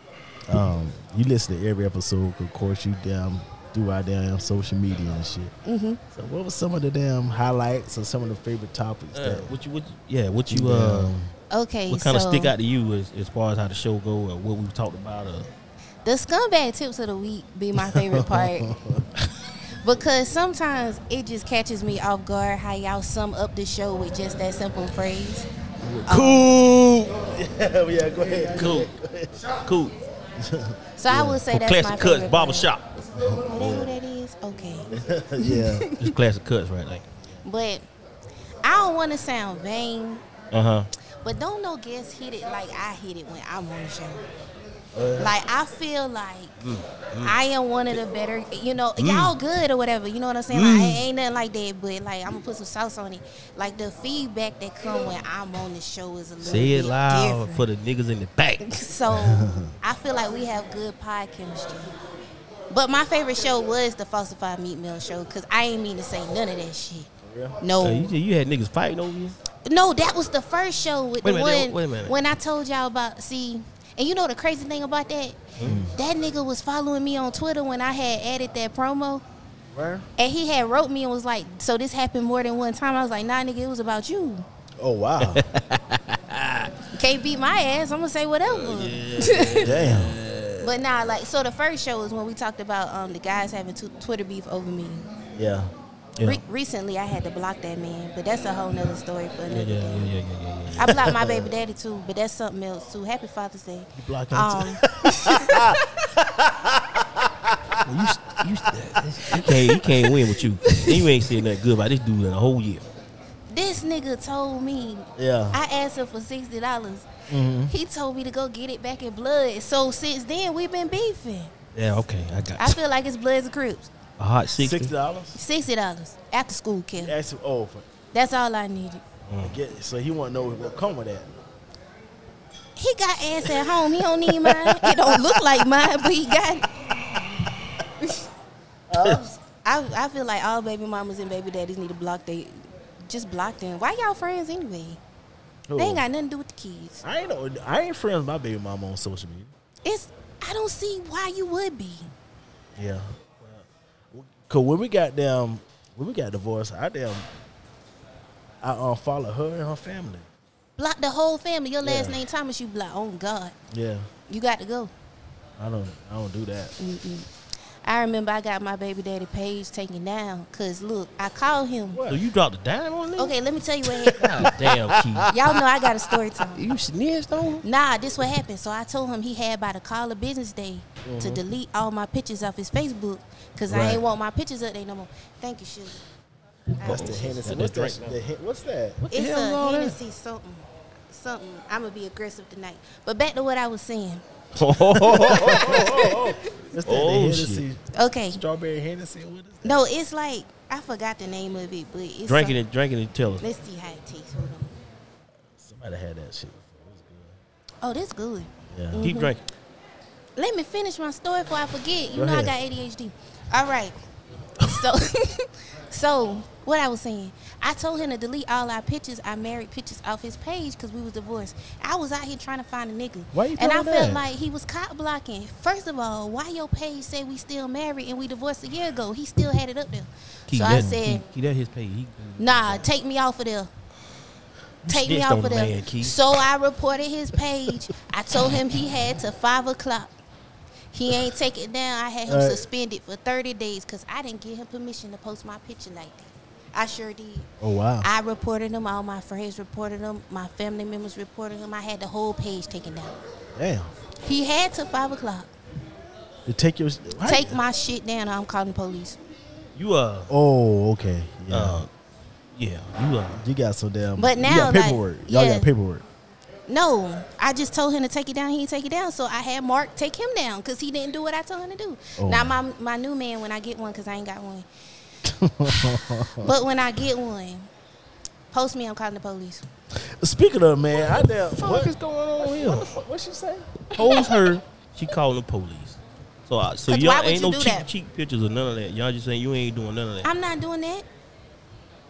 S1: um, you listen to every episode. 'cause Of course, you damn do our damn social media and shit. Mm-hmm. So, what was some of the damn highlights or some of the favorite topics?
S3: Uh,
S1: that,
S3: what you, what you, yeah, what you, uh,
S6: Okay,
S3: what kind
S6: so
S3: of stick out to you as, as far as how the show go or what we talked about? uh, Or, <laughs>
S6: the scumbag tips of the week be my favorite part Because sometimes it just catches me off guard how y'all sum up the show with just that simple phrase.
S3: Cool. yeah, go ahead. Cool. Cool.
S6: So I would say
S3: From
S6: that's my
S3: classic
S6: favorite.
S3: cuts,
S6: part.
S3: barbershop.
S6: Oh, that who that is? Okay.
S1: yeah.
S3: It's classic cuts right there.
S6: But I don't want to sound vain,
S3: Uh huh.
S6: but don't no guests hit it like I hit it when I'm on the show.
S3: Uh.
S6: like I feel like
S3: Mm,
S6: I am one of the better, you know, y'all good or whatever. You know what I'm saying? Like
S3: Mm.
S6: it ain't nothing like that, but like I'm gonna put some sauce on it. Like the feedback that come when I'm on the show is a little
S3: Say it
S6: bit
S3: loud
S6: different.
S3: for the niggas in the back.
S6: <laughs> So
S3: <laughs>
S6: I feel like we have good pod chemistry. But my favorite show was the Falsified Meat Mill show because I ain't mean to say none of that shit. No,
S3: Uh, you, you had niggas fighting over you.
S6: no, that was the first show with
S3: Wait a
S6: the
S3: minute,
S6: one
S3: wait a minute.
S6: when I told y'all about see. And you know the crazy thing about that?
S3: Mm.
S6: That nigga was following me on Twitter when I had added that promo.
S1: Where?
S6: And he had wrote me and was like, "So this happened more than one time." I was like, "Nah, nigga, it was about you.
S1: Oh wow.
S6: You Can't beat my ass. I'm gonna say whatever." <laughs>
S1: Damn.
S6: But nah, like so the first show was when we talked about um the guys having tw Twitter beef over me.
S1: Yeah.
S6: Re- recently, I had to block that man, but that's a whole nother story for another
S3: Yeah, yeah,
S6: day.
S3: yeah, yeah, yeah, yeah.
S6: I blocked my baby daddy too, but that's something else too. Happy Father's Day. You
S1: block him
S6: um,
S3: Well, you, s- you, s- he can't, he can't win with you. You ain't said nothing good about this dude in a whole year.
S6: This nigga told me.
S1: Yeah.
S6: I asked him for sixty dollars. He told me to go get it back in blood. So since then we've been beefing.
S3: Yeah, okay, I got
S6: I feel like it's Bloods and Crips.
S3: a hot sixty.
S1: Sixty dollars.
S6: Sixty dollars after school kill.
S1: Ask him. Oh, for,
S6: That's all I needed.
S1: get, so he want to know what come with that.
S6: He got ass at home. He don't need mine. It don't look like mine, but he got it. I I feel like all baby mamas and baby daddies need to block they just block them. Why y'all friends anyway?
S1: Who?
S6: They ain't got nothing to do with the kids.
S1: I ain't know. I ain't friends with my baby mama on social media.
S6: It's I don't see why you would be.
S1: Yeah. Cause when we got them, when we got divorced, I damn, I unfollowed her and her family.
S6: Block the whole family. Your last
S1: Yeah.
S6: name Thomas, you block. Oh God,
S1: Yeah.
S6: you got to go.
S1: I don't. I don't do that.
S6: I remember I got my baby daddy page taken down because look, I called him.
S3: So you dropped a dime on this?
S6: Okay, let me tell you
S1: <laughs>
S6: what
S3: <laughs>
S6: happened.
S3: God damn, Keith.
S6: Y'all know I got a story time.
S3: You snitched on him?
S6: Nah, this what happened. So I told him he had by the call of business day to delete all my pictures off his Facebook because I
S1: Uh-huh. Right.
S6: ain't want my pictures up there no more. Thank you, sugar.
S1: That's the Hennessy. What's that? The, Hen- what's that?
S3: the
S6: It's
S3: hell is all
S6: a
S3: that?
S6: Hennessy something. Something. I'm gonna be aggressive tonight. But back to what I was saying.
S3: <laughs>
S1: What's that?
S3: Oh,
S1: the Hennessy.
S6: Okay.
S1: Strawberry Hennessy. What is
S6: No, it's like I forgot the name of it, but it's
S3: Drink
S6: some-
S3: it and drink it and tell us.
S6: Let's see how it tastes. Hold on.
S1: Somebody had that shit.
S6: Oh, this good.
S1: Yeah.
S6: Mm-hmm.
S3: Keep drinking.
S6: Let me finish my story before I forget. You
S1: Go
S6: know
S1: ahead.
S6: I got ADHD. All right. So, <laughs> so what I was saying, I told him to delete all our pictures, our married pictures, off his page because we was divorced. I was out here trying to find a nigga,
S1: Why you
S6: and I
S1: doing
S6: felt
S1: that?
S6: like he was cop blocking. First of all, why your page say we still married and we divorced a year ago? He still had it up there.
S3: Keith,
S6: so I
S3: that-
S6: said,
S3: Keith, Keith, that his pay. He,
S6: Nah, take me off of there. Take me
S3: snitched on
S6: off of
S3: the
S6: there.
S3: man, Keith.
S6: So I reported his page. I told him he had to five o'clock. He ain't take it down. I had him
S1: All right.
S6: suspended for thirty days because I didn't give him permission to post my picture like that. I sure did.
S1: Oh wow.
S6: I reported him. All my friends reported him. My family members reported him. I had the whole page taken down.
S1: Damn.
S6: He had to five o'clock.
S1: You take your. why-
S6: Take my shit down. or I'm calling the police.
S3: you uh,
S1: Oh okay. Yeah.
S3: uh, yeah, you uh,
S1: you got so damn.
S6: But
S1: you
S6: now,
S1: got
S6: like,
S1: paperwork. Y'all
S6: yeah.
S1: got paperwork.
S6: No, I just told him to take it down. He didn't take it down, so I had Mark take him down because he didn't do what I told him to do.
S1: Oh.
S6: Now my my new man, when I get one, because I ain't got one. <laughs> but when I get one, post me. I'm calling the police.
S1: Speaking of man, I damn. What,
S3: going on here?
S1: what, what she say?
S3: Holds her. She calling the police. So, I, so
S6: 'Cause why
S3: y'all
S6: would
S3: ain't
S6: you
S3: no
S6: do
S3: cheap,
S6: that?
S3: cheap pictures or none of that. Y'all just saying you ain't doing none of that.
S6: I'm not doing that.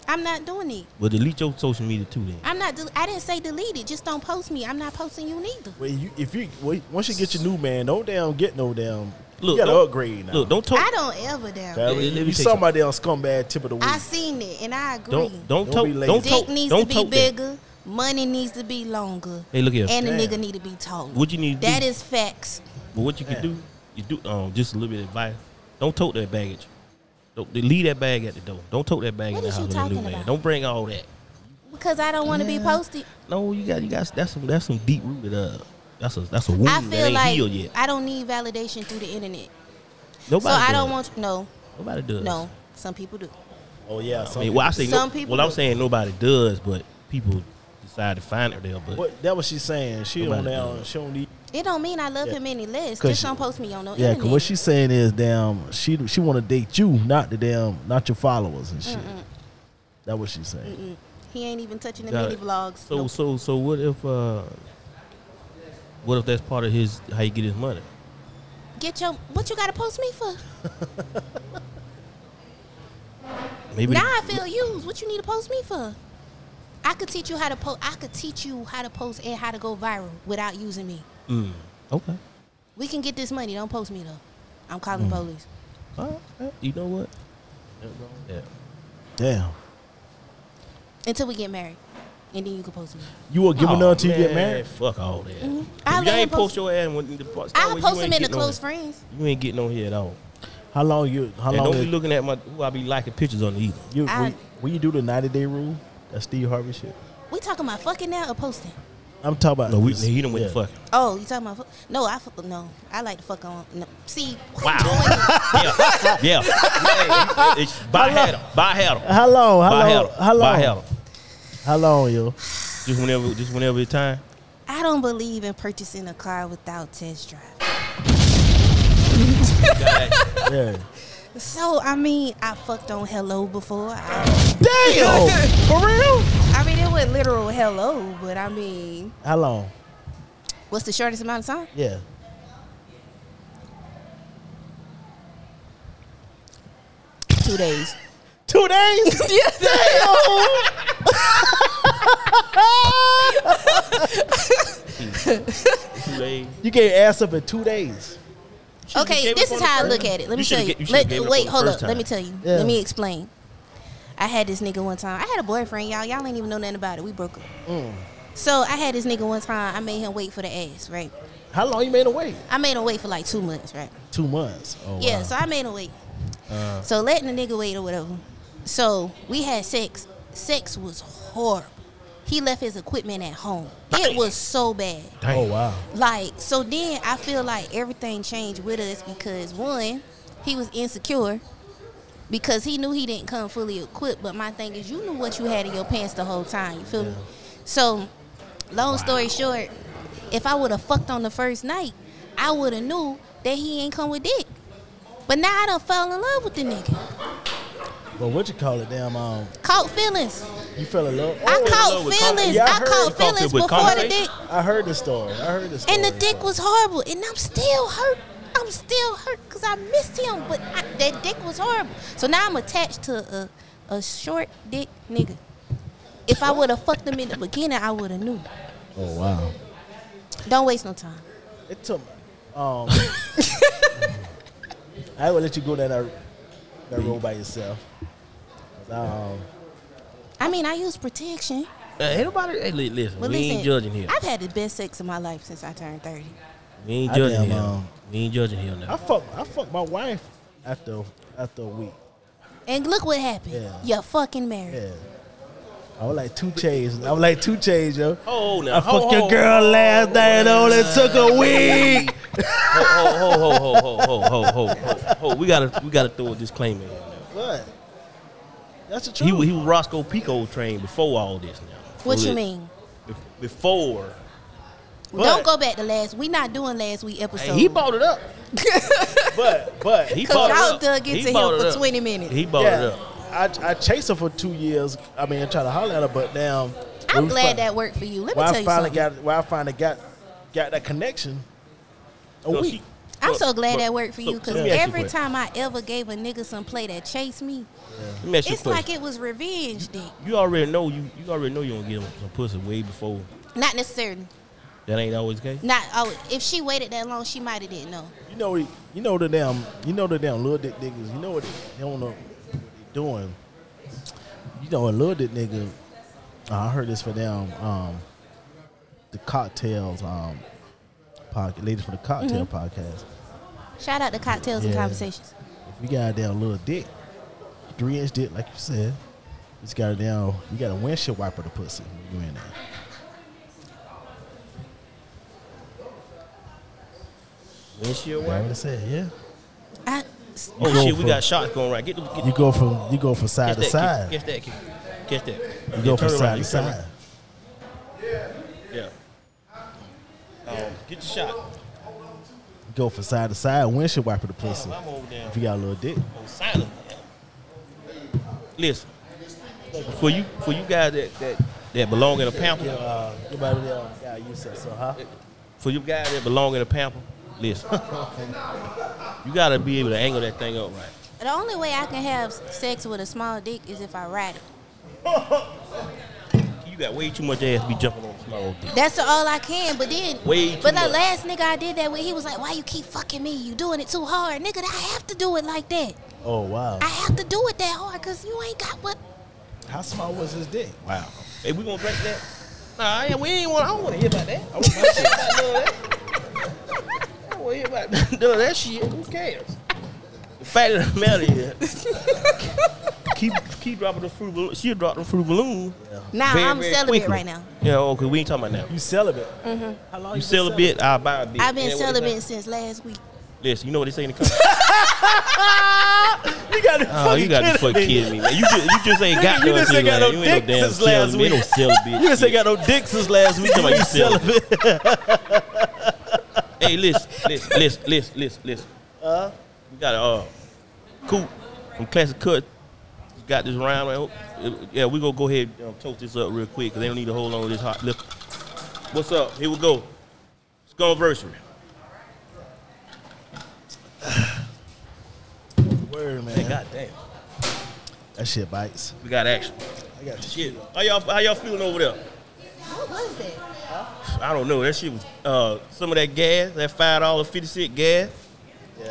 S6: I'm not doing it.
S3: Well, delete your social media too then.
S6: I'm not. del I didn't say delete it. Just don't post me. I'm not posting you neither.
S1: Well, you, if you well, once you get your new man, don't damn get no damn.
S3: Look,
S1: you gotta
S3: don't-
S1: upgrade now.
S3: Look, don't talk.
S6: I don't ever doubt.
S1: Kyrie,
S3: Let- let me
S1: you
S3: say
S1: somebody on scumbag tip of the week.
S6: I seen it and I agree.
S3: Don't don't
S1: Don't
S3: talk.
S1: be lazy.
S3: Don't
S6: Dick
S3: talk.
S6: needs
S3: Don't
S6: to be
S3: talk that.
S6: bigger. Money needs to be longer.
S3: Hey, look here.
S6: and
S1: Damn.
S6: the nigga need to be taller.
S3: What you need to
S6: That
S3: do-
S6: is facts.
S3: But what you can do, you do um, just a little bit of advice. Don't tote that baggage. Don't, leave that bag at the door. Don't tote that bag
S6: What
S3: in the
S6: is you
S3: house with a new
S6: talking
S3: man.
S6: about?
S3: Don't bring all that.
S6: Because I don't want to be posted.
S3: No, you got you got that's some that's some deep rooted uh that's a that's a wound
S6: I
S3: that
S6: feel
S3: ain't
S6: like
S3: healed yet.
S6: I don't need validation through the internet.
S3: Nobody
S6: so
S3: does.
S6: I don't want no,
S3: nobody does.
S6: no. Some people do.
S1: Oh yeah.
S3: I mean, well, I say
S6: Some
S3: no,
S6: people
S3: Well, I'm
S6: do.
S3: saying nobody does, but people decide to find it there. But
S1: what that was she saying. She
S3: Nobody
S1: on
S3: does.
S1: that. She on the.
S6: It don't mean I love
S1: Yeah.
S6: him any less.
S1: 'Cause
S6: Just
S1: she-
S6: don't post me on no
S1: Yeah,
S6: internet.
S1: cause what she's saying is, damn, she she want to date you, not the damn, not your followers and shit. That what she's saying.
S6: he ain't even touching the
S3: Got
S6: mini
S3: it.
S6: vlogs.
S3: so so so what if uh what if that's part of his how he get his money?
S6: Get your what you gotta post me for?
S3: Maybe
S6: Now I feel used. What you need to post me for? I could teach you how to post. I could teach you how to post and how to go viral without using me.
S3: Mm, okay.
S6: We can get this money. Don't post me though. I'm
S3: Mm.
S6: calling police.
S3: All right. You know what? Yeah.
S1: Damn.
S6: until we get married, and then you can post me.
S1: You will give
S3: Aw,
S1: it up till you get
S3: Oh, man,
S1: married.
S3: Fuck all that. If
S6: Mm-hmm. I
S3: you
S6: let him
S3: ain't post
S6: post-
S3: your ass when the part-
S6: I'll
S3: Oh, you
S6: post
S3: ain't
S6: them in the
S3: getting on
S6: close
S3: it.
S6: friends.
S3: You ain't getting on here at all.
S1: How long you? How
S3: And
S1: long?
S3: don't be
S1: it-
S3: looking at my who I be liking pictures on either.
S1: you,
S6: I-
S1: will, you- will you do the ninety day rule? That Steve Harvey shit.
S6: We talking about fucking now or posting?
S1: I'm talking about.
S3: No, we
S1: this-
S3: he done went
S1: yeah.
S3: the
S6: <laughs>
S3: fucking.
S6: Oh, you talking about? Fu- no, I fu- no. I like to fuck on. No. See,
S3: Wow. <laughs> yeah, yeah. Hey, it's, buy had him, buy had him,
S1: How long? How
S3: buy had
S1: long?
S3: him,
S1: How
S3: buy had
S1: long?
S3: 'em.
S1: How long, yo?
S3: Just whenever, just whenever it's
S6: <laughs>
S3: time.
S6: I don't believe in purchasing a car without test drive.
S3: You got that- <laughs>
S1: Yeah.
S6: So I mean, I fucked on hello before. I,
S1: Damn. For real?
S6: I mean, it wasn't literal hello, but I mean,
S1: <laughs> How long?
S6: what's the shortest amount of time?
S1: Yeah.
S6: Two days.
S1: Two days. <laughs>
S3: two days.
S1: You can't ass up in two days.
S3: Should've
S6: Okay,
S3: gave
S6: this
S3: it for
S6: is
S3: the
S6: how I
S3: first-
S6: look at it. Let me
S3: You
S6: tell
S3: should've
S6: you.
S3: ga- you should've
S6: Let,
S3: gave it for
S6: wait,
S3: the
S6: hold
S3: first
S6: up. Let me
S3: time.
S6: tell you.
S1: Yeah.
S6: Let me explain. I had this nigga one time. I had a boyfriend, y'all. Y'all ain't even know nothing about it. We broke up. So I had this nigga one time. I made him wait for the ass, right?
S1: How long you made him wait?
S6: I made him wait for like two months, right?
S1: Two months. Oh,
S6: yeah,
S1: wow.
S6: so I made him wait.
S3: Uh.
S6: so letting the nigga wait or whatever. So we had sex. Sex was horrible. He left his equipment at home. It was so bad.
S1: Oh wow.
S6: Like, so then I feel like everything changed with us because one, he was insecure because he knew he didn't come fully equipped. But my thing is, you knew what you had in your pants the whole time. You feel me? So, long story short, if I would have fucked on the first night, I would have knew that he ain't come with dick. But now I done fell in love with the nigga.
S1: But what you call it? Damn. Um,
S6: Caught feelings.
S1: you fell in love.
S6: I
S1: Oh,
S3: love
S6: caught
S3: with con-
S6: feelings.
S1: Yeah, I
S6: I
S1: heard
S6: caught
S1: you
S3: caught it
S6: feelings
S3: with
S6: before the
S3: conversation.
S6: dick.
S1: I heard the story. I heard the story.
S6: And the dick was horrible, and I'm still hurt. I'm still hurt because I missed him, but I, that dick was horrible. So now I'm attached to a, a short dick nigga. If I would have fucked him in the beginning, I would have knew.
S1: Oh wow.
S6: Don't waste no time.
S1: It took.
S6: <laughs>
S1: Um, I will let you go down that that road by yourself. 'Cause I, um,
S6: I mean, I use protection,
S3: Uh, ain't nobody. Hey, li- listen,
S6: but
S3: we
S6: listen,
S3: ain't judging here.
S6: I've had the best sex of my life since I turned thirty.
S3: We ain't
S1: I
S3: judging
S1: damn,
S3: here.
S1: um,
S3: we ain't judging here
S1: I
S3: now.
S1: fuck I fuck my wife after after a week.
S6: And look what happened.
S1: Yeah.
S6: You're fucking married.
S1: Yeah. I was like two chains. I was like two chains, yo.
S3: Oh, now
S1: I fucked your girl last night. It only took a week.
S3: Ho, ho, ho, ho, ho, ho, ho, ho, ho, ho. We gotta, we gotta throw a disclaimer. in there.
S1: <laughs> What? That's the
S3: He,
S1: truth.
S3: wa- he was Roscoe Pico trained before all this. Now,
S6: What
S3: Before
S6: you
S3: it-
S6: mean?
S3: bef- Before
S6: Don't go back to last. We not doing last week
S3: Hey,
S6: episode.
S3: he bought it up.
S1: but but
S3: He
S6: Cause
S3: bought it
S6: y'all
S3: up.
S6: dug into
S3: He
S6: him
S3: bought it
S6: for
S3: up.
S6: 20 minutes.
S3: He bought it
S1: Oh, yeah,
S3: up.
S1: I I chased her for two years. I mean, I tried to holler at her, but now
S6: I'm
S1: we
S6: glad
S1: fin-
S6: that worked for you. Let me
S1: When
S6: tell
S1: I
S6: you
S1: finally
S6: something.
S1: got when I finally got got that connection. A
S3: So
S1: week.
S3: she-
S6: I'm
S3: but-
S6: so glad
S3: but-
S6: that worked for
S3: so-
S6: you
S3: so
S6: because
S3: let me ask you a
S6: every
S3: question.
S6: time I ever gave a nigga some play that chased me,
S3: Let me ask you a
S6: it's like
S3: question.
S6: it was revenge dick.
S3: You already know you. You already know you gonna get him some pussy way before.
S6: Not necessarily.
S3: That ain't always the case.
S6: Not oh, if she waited that long, she might have didn't know.
S1: You know, you know the damn, you know the damn little dick niggas. You know what they, they don't know what they doing. You know a little dick nigga. uh, I heard this for them. Um, the cocktails um, podcast, ladies for the
S3: Mm-hmm.
S1: cocktail podcast.
S6: Shout out to cocktails and
S1: Yeah.
S6: conversations.
S1: If you got a damn little dick, three inch dick, like you said. It's got it down. You got a windshield wiper to pussy when you in there.
S3: Windshield
S1: That's what I
S3: wiper.
S1: said, yeah.
S6: I,
S3: Oh
S1: You go
S3: shit, we
S1: for-
S3: got shots going right. Get, the, get
S1: You go from you go from
S3: catch
S1: side to
S3: that,
S1: side.
S3: Catch that, catch that. Catch
S1: You
S3: that.
S1: go
S3: Yeah,
S1: from
S3: turn
S1: side
S3: around,
S1: to
S3: you turn around.
S1: side.
S3: Yeah. Um, get your shot.
S1: You go from side to side. Windshield wiper the pussy.
S3: Damn, I'm over there.
S1: If you got a little dick,
S3: on silent. Listen, for you for you guys that that, that belong in a pamper,
S1: uh, your body, uh, yeah, you said so, huh?
S3: for you guys that belong in a pamper, listen, you gotta be able to angle that thing up right.
S6: the only way I can have sex with a small dick is if I ride it.
S3: You got way too much ass be jumping on small dick.
S6: That's all I can. But then,
S3: Way too
S6: but the
S3: much.
S6: last nigga I did that with, he was like, "Why you keep fucking me? You doing it too hard, nigga. I have to do it like that.
S1: Oh wow.
S6: I have to do it that hard because you ain't got what."
S1: How small was his dick?
S3: Wow. Hey, we gonna break that? Nah, I ain't, we ain't want. I don't want to hear about that. I want my shit about none of that. <laughs> I don't want to hear about <laughs> none of that shit. Who cares? The fact of the matter <laughs> is, keep keep dropping the fruit balloon. She'll drop the fruit balloon.
S6: Now
S3: very,
S6: I'm
S3: very
S6: celibate
S3: quickly.
S6: right now.
S3: Yeah, okay, we ain't talking about now.
S1: You celibate. How long
S3: You celibate, I'll buy a bitch.
S6: I've been
S3: Ain't that what they
S6: celibate
S3: say?
S6: since last week.
S3: Listen, you know what they say in the country?
S1: <laughs> You got to
S3: oh, you got to fuck kidding me. Man. You, just, you just ain't got
S1: Nigga, you
S3: no
S1: just ain't got no
S3: You ain't no
S1: dick
S3: damn
S1: since last
S3: celibate.
S1: week.
S3: Ain't no celibate.
S1: <laughs> You just ain't got no dick since last week.
S3: You
S1: <laughs>
S3: talking about you
S1: celibate.
S3: Hey, listen, listen, listen, listen, listen, listen. we got a uh, Coop from Classic Cut. Got this round. Right? Uh, Yeah, we gonna go ahead and um, toast this up real quick because they don't need to hold on to this hot liquor. What's up? Here we go. Skullversary.
S1: Word,
S3: Hey,
S1: man.
S3: goddamn,
S1: That shit bites.
S3: we got action.
S1: I got shit.
S3: Shit, how y'all how y'all feeling over there?
S6: What was that?
S3: I don't know. That shit was uh, some of that gas, that five dollar fifty cent gas.
S1: Yeah.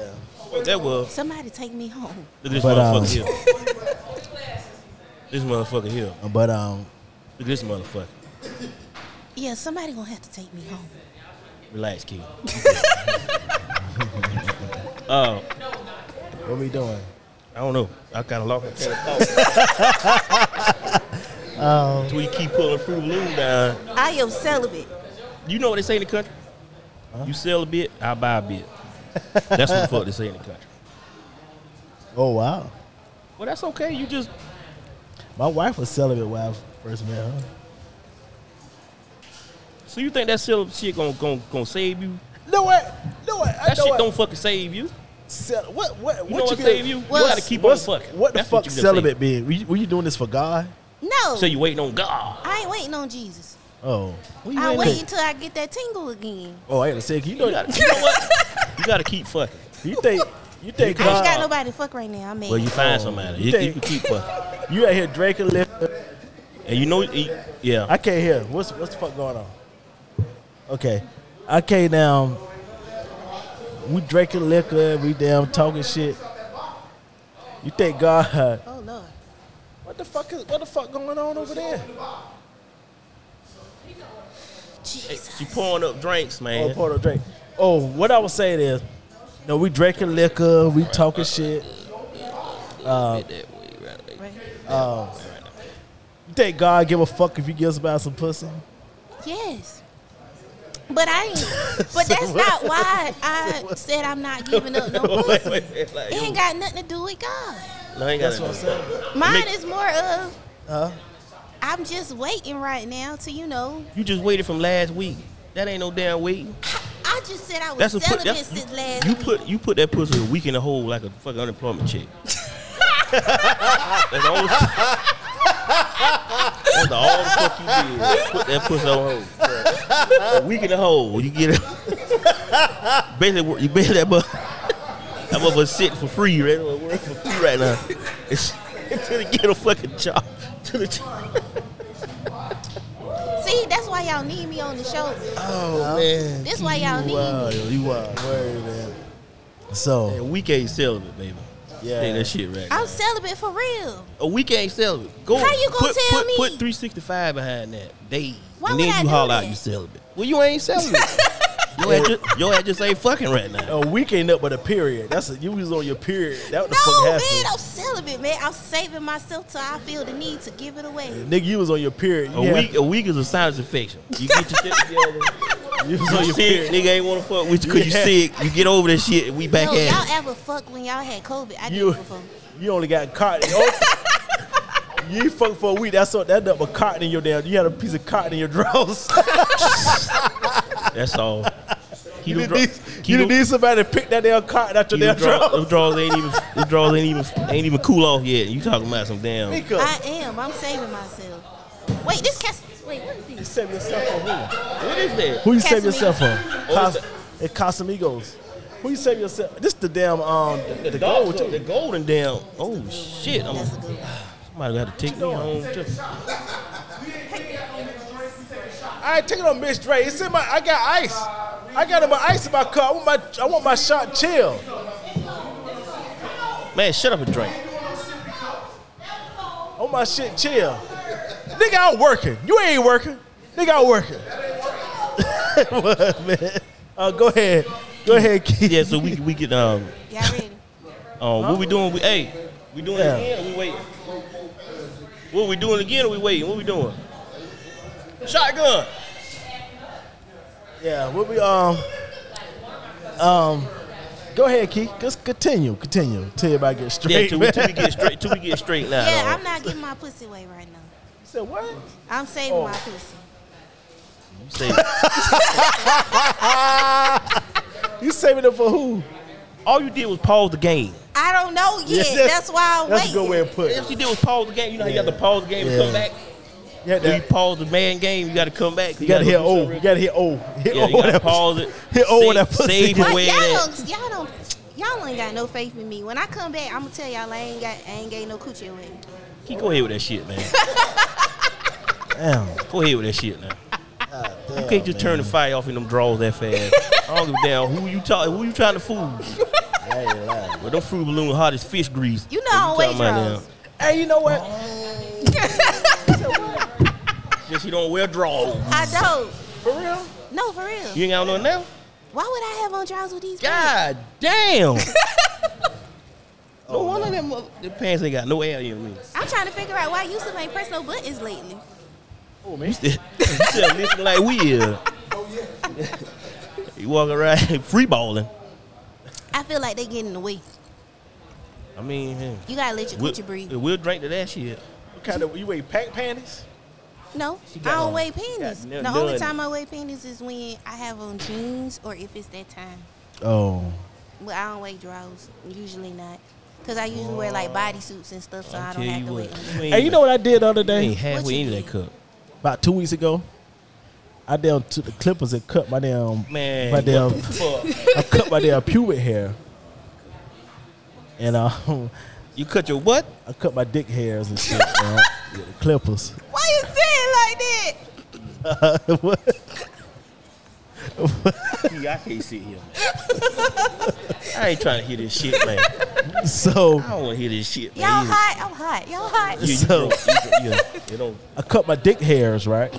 S3: What that was.
S6: Somebody take me home.
S3: Look at this
S1: But,
S3: motherfucker
S1: um,
S3: here. <laughs> this motherfucker here. Look
S1: But um,
S3: at this motherfucker.
S6: Yeah, somebody gonna have to take me home.
S3: Relax, <laughs> kid.
S1: what we doing?
S3: Uh, I don't know. I kind of lost my train of <laughs> thought. Until you keep pulling fruit balloon down.
S6: I am celibate.
S3: You know what they say in the country? You sell a bit, I buy a bit. That's what the fuck they say in the country.
S1: Oh wow.
S3: Well, that's okay. You just
S1: My wife was celibate when I first met her.
S3: so you think that celibate shit gonna gonna, gonna save you?
S1: No what? No what? I
S3: That
S1: know
S3: shit
S1: what.
S3: don't fucking save you.
S1: Cel- what? What?
S3: You know what
S1: gonna-
S3: save you? You
S1: what's-
S3: gotta keep on
S1: what's-
S3: fucking.
S1: What the
S3: That's
S1: fuck
S3: what you gonna
S1: celibate being? Were you, were you doing this for God?
S6: No,
S3: So you waiting on God?
S6: I ain't waiting on Jesus.
S1: Oh. What you
S6: I
S1: waiting
S6: wait
S1: on?
S6: until I get that tingle again.
S1: Oh, I gotta say, you know,
S3: You, gotta, you know what? You gotta keep fucking.
S1: you think you think
S6: I ain't got
S1: God,
S6: nobody to fuck right now. I'm mad.
S3: Well, you find somebody. You, you can keep fucking.
S1: you out here drinking liquor.
S3: And you know, you- yeah.
S1: I can't hear. What's what's the fuck going on? Okay, I can't now. We drinking liquor. We damn talking shit. You think God? <laughs>
S6: oh Lord,
S1: What the fuck is? What the fuck going on over there?
S3: Hey,
S6: Jesus.
S3: She pouring up drinks, man.
S1: Oh, Porto drink. Oh, what I was saying is, no, we drinking liquor. We talking shit.
S6: Right.
S1: You think God give a fuck if you give somebody some pussy?
S6: Yes. But
S3: <laughs>
S6: I ain't. But that's not why I said I'm not giving up no
S3: <laughs> Wait,
S6: pussy.
S3: wait, wait, <laughs> like,
S6: It ain't got nothing to do with God.
S3: no, ain't got
S1: That's what I'm
S3: nothing.
S1: saying.
S6: Mine
S3: Make-
S6: is more of
S1: Huh?
S6: I'm just waiting right now to you know.
S3: You just waited from last week. That ain't no damn waiting.
S6: I just said I was
S3: That's a put.
S6: celibate
S3: That's,
S6: since
S3: you,
S6: last
S3: you
S6: week.
S3: put you put that pussy a week in the hole like a fucking unemployment
S6: <laughs>
S3: check. that's, all, that's all the fuck you did. Put that pussy on hold. A week in the hole. You get it. <laughs> basically, you basically that mother. <laughs> That motherfucker sitting for free, right? That motherfucker Working for free right now. It's, <laughs> until they get a fucking job. Till the job.
S6: See, that's why y'all need me on the show.
S1: Oh man,
S6: This why y'all need me.
S1: you wild, word man. So
S3: A week ain't celibate, baby.
S1: Yeah.
S3: Ain't that shit right.
S6: I'm celibate for real.
S3: A week ain't celibate. Go.
S6: How you gonna
S3: put,
S6: tell
S3: put,
S6: me?
S3: Put 365 behind that. Days.
S6: Why
S3: and
S6: would
S3: then
S6: I
S3: you
S6: do
S3: holler out
S6: that? <laughs>
S3: you celibate. Well, you ain't celibate. Your ass just, your ass just ain't fucking right now.
S1: A week ain't up but a period. That's a, you was on your period. That what the
S6: No,
S1: fuck
S6: man,
S1: happened.
S6: I'm celibate, man. I'm saving myself till I feel the need to give it away.
S1: Nigga, you was on your period.
S3: A
S1: yeah.
S3: week, a week is a sinus infection. You get your shit together.
S1: You was
S3: <laughs> So
S1: on
S3: <laughs> you
S1: your
S3: sick,
S1: period.
S3: nigga ain't wanna fuck with you cause you
S1: Yeah.
S3: sick. You get over that shit and we back
S6: No,
S3: at
S6: y'all
S3: it.
S6: ever fuck when y'all had COVID? I did
S1: You,
S6: before.
S1: <laughs> you only got cotton. <laughs> Oh. You ain't fucked for a week. That's all. That up a cotton in your damn. You had a piece of cotton in your drawers. <laughs>
S3: <laughs> That's all. Keep
S1: you
S3: them
S1: didn't
S3: dra-
S1: need,
S3: keep
S1: you didn't
S3: them-
S1: need somebody to pick that damn cotton out your
S3: keep them
S1: damn
S3: draw-
S1: drawers.
S3: them draws ain't even them draws ain't even ain't even cool off yet. You talking about some
S1: <laughs>
S3: damn
S1: Nigga,
S6: I am. I'm saving myself. Wait, this cast. Wait, what is
S1: you
S6: this?
S1: save yourself for who?
S3: What is that?
S1: Who you save
S6: Casamigos.
S1: yourself for?
S3: Oh,
S1: Cos-
S3: it's
S1: It Casamigos. Who you save yourself? This the damn um the, the
S3: Dog,
S1: gold.
S3: the golden damn. Oh shit. I'm,
S6: That's a good one.
S3: somebody gotta take me home too.
S1: I ain't taking no mixed Dre. It's in my. I got ice. I got my ice in my car. I want my. I want my shot chill.
S3: Man, shut up and drink.
S1: I want Oh, my shit chill. Nigga, I'm working. You ain't working. Nigga, I'm working. <laughs> what man? Uh, go ahead. Go ahead, Keith.
S3: Yeah, so we we get um
S1: <laughs>
S6: Y'all ready?
S3: um what we doing we hey, we doing
S1: Yeah.
S3: it again or we waiting? What we doing again or we waiting? What we doing? Shotgun.
S1: Yeah. What we um um. Go ahead, Keith. Just continue, continue till everybody gets
S3: Yeah,
S1: straight.
S3: till we, till we
S1: man.
S3: get straight till we get straight now.
S6: Yeah, I'm not getting my pussy away right now.
S1: You said what?
S6: I'm saving
S1: Oh.
S6: my pussy.
S1: You saving it for who?
S3: all you did was pause the game.
S6: I don't know yet.
S1: <laughs> Yeah,
S6: that's, why I'm
S1: That's a
S6: waiting.
S1: good way to put it.
S3: All you did was pause the game. You know how you
S1: Yeah.
S3: got to pause the game and
S1: Yeah.
S3: come back.
S1: Yeah,
S3: When you
S1: that,
S3: pause the man game, you got to come back.
S1: you gotta hit
S3: look
S1: O.
S3: at
S1: You gotta hit O. Hit
S3: Yeah,
S1: O.
S3: you gotta
S1: that-
S3: pause it.
S1: Hit O with
S3: Save-
S1: that pussy.
S3: save it.
S6: Why
S3: Where it
S6: y'all
S3: at?
S6: don't, y'all don't, y'all ain't got no faith in me. When I come back, I'm gonna tell y'all I ain't got, I ain't gave no coochie away.
S3: Keep go ahead with that shit, man.
S1: Damn.
S3: Go ahead with that shit now. you can't just turn the fire off in them draws that fast. I don't give a damn who you talk, who you trying to fool. Well, them fruit balloon hot as fish grease.
S6: You know
S3: What
S6: I
S3: talking
S6: don't wear
S3: about
S6: draws.
S3: now?
S1: Hey, you know what?
S6: <laughs>
S3: Just you don't wear draws.
S6: I don't.
S1: For real?
S6: No, for real.
S3: You ain't got no now.
S6: Why would I have on drawers with these? pants?
S3: God
S6: <laughs>
S3: damn. No one of them, mother- them pants ain't got no air in them.
S6: I'm trying to figure out why Yusuf ain't pressed no buttons lately.
S3: Oh man, <laughs> you still, you still listen like we are. <laughs> you walk around <laughs> free balling.
S6: I feel like they getting in the way.
S3: I mean, hey,
S6: You gotta let your
S3: we'll,
S6: coochie breathe.
S3: we'll drink to that shit.
S1: What kind of you wear pack panties?
S6: No,
S3: She
S6: I
S3: got
S6: don't
S3: on-
S6: weigh
S3: got
S6: panties.
S3: no-
S6: The only
S3: none.
S6: time I weigh panties is when I have on jeans or if it's that time.
S1: Oh.
S6: But I don't weigh drawers. Usually not. Because I usually wear like bodysuits and stuff, so I
S3: I'll
S6: don't
S3: tell
S6: have
S3: you
S6: to
S3: what,
S6: wait.
S3: you ain't
S1: Hey, you know what I did the other
S3: you ain't
S1: day?
S3: halfway
S6: you
S3: into that
S6: did?
S3: cup.
S1: About two weeks ago, I down took the clippers and cut my damn
S3: Man,
S1: my
S3: what the
S1: damn
S3: fuck?
S1: I cut my damn pubic hair. And um,
S3: you cut your <laughs> what?
S1: I cut my dick hairs and shit, man, with the clippers.
S6: Why you saying like that?
S3: I can't sit here. <laughs> I ain't trying to hear this shit, man.
S1: So
S3: I don't want to hear this shit,
S6: Y'all
S3: man. either.
S6: hot? I'm hot. Y'all hot?
S3: You, you,
S1: So-
S3: drunk. you, drunk. yeah, you <laughs> don't.
S1: I cut my dick hairs, right?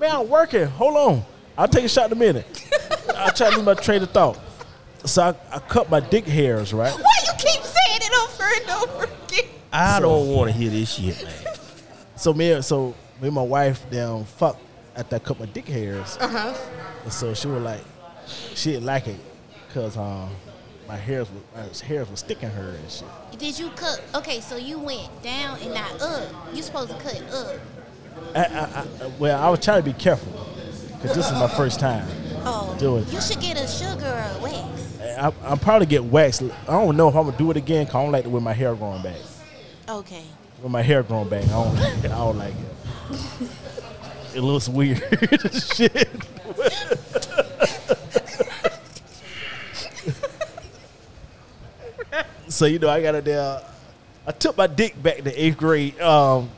S1: Man, I'm working. Hold on. I'll take a shot in a minute. I try to lose my train of thought. So I, I cut my dick hairs, right?
S6: Why you keep saying it over and over again?
S3: I
S1: So-
S3: don't want to hear this shit, man.
S1: So me, and- so me and my wife down fuck after I cut my dick hairs. Uh huh. And so she was like, she didn't like it because um my hairs were, my hairs were sticking her and shit.
S5: Did you cook? Okay, so you went down and not up. You supposed to cut up.
S1: I, I, I, well, I was trying to be careful because this is my first time.
S6: Oh,
S1: Do it.
S6: you should get a sugar or a wax.
S1: I, I'm probably get waxed. I don't know if I'm gonna do it again. 'cause I don't like the way my hair growing back.
S6: Okay.
S1: With my hair growing back, I don't. Like it. I don't like it. It looks weird. <laughs> Shit. so you know, I got it there. I took my dick back to eighth grade. Um,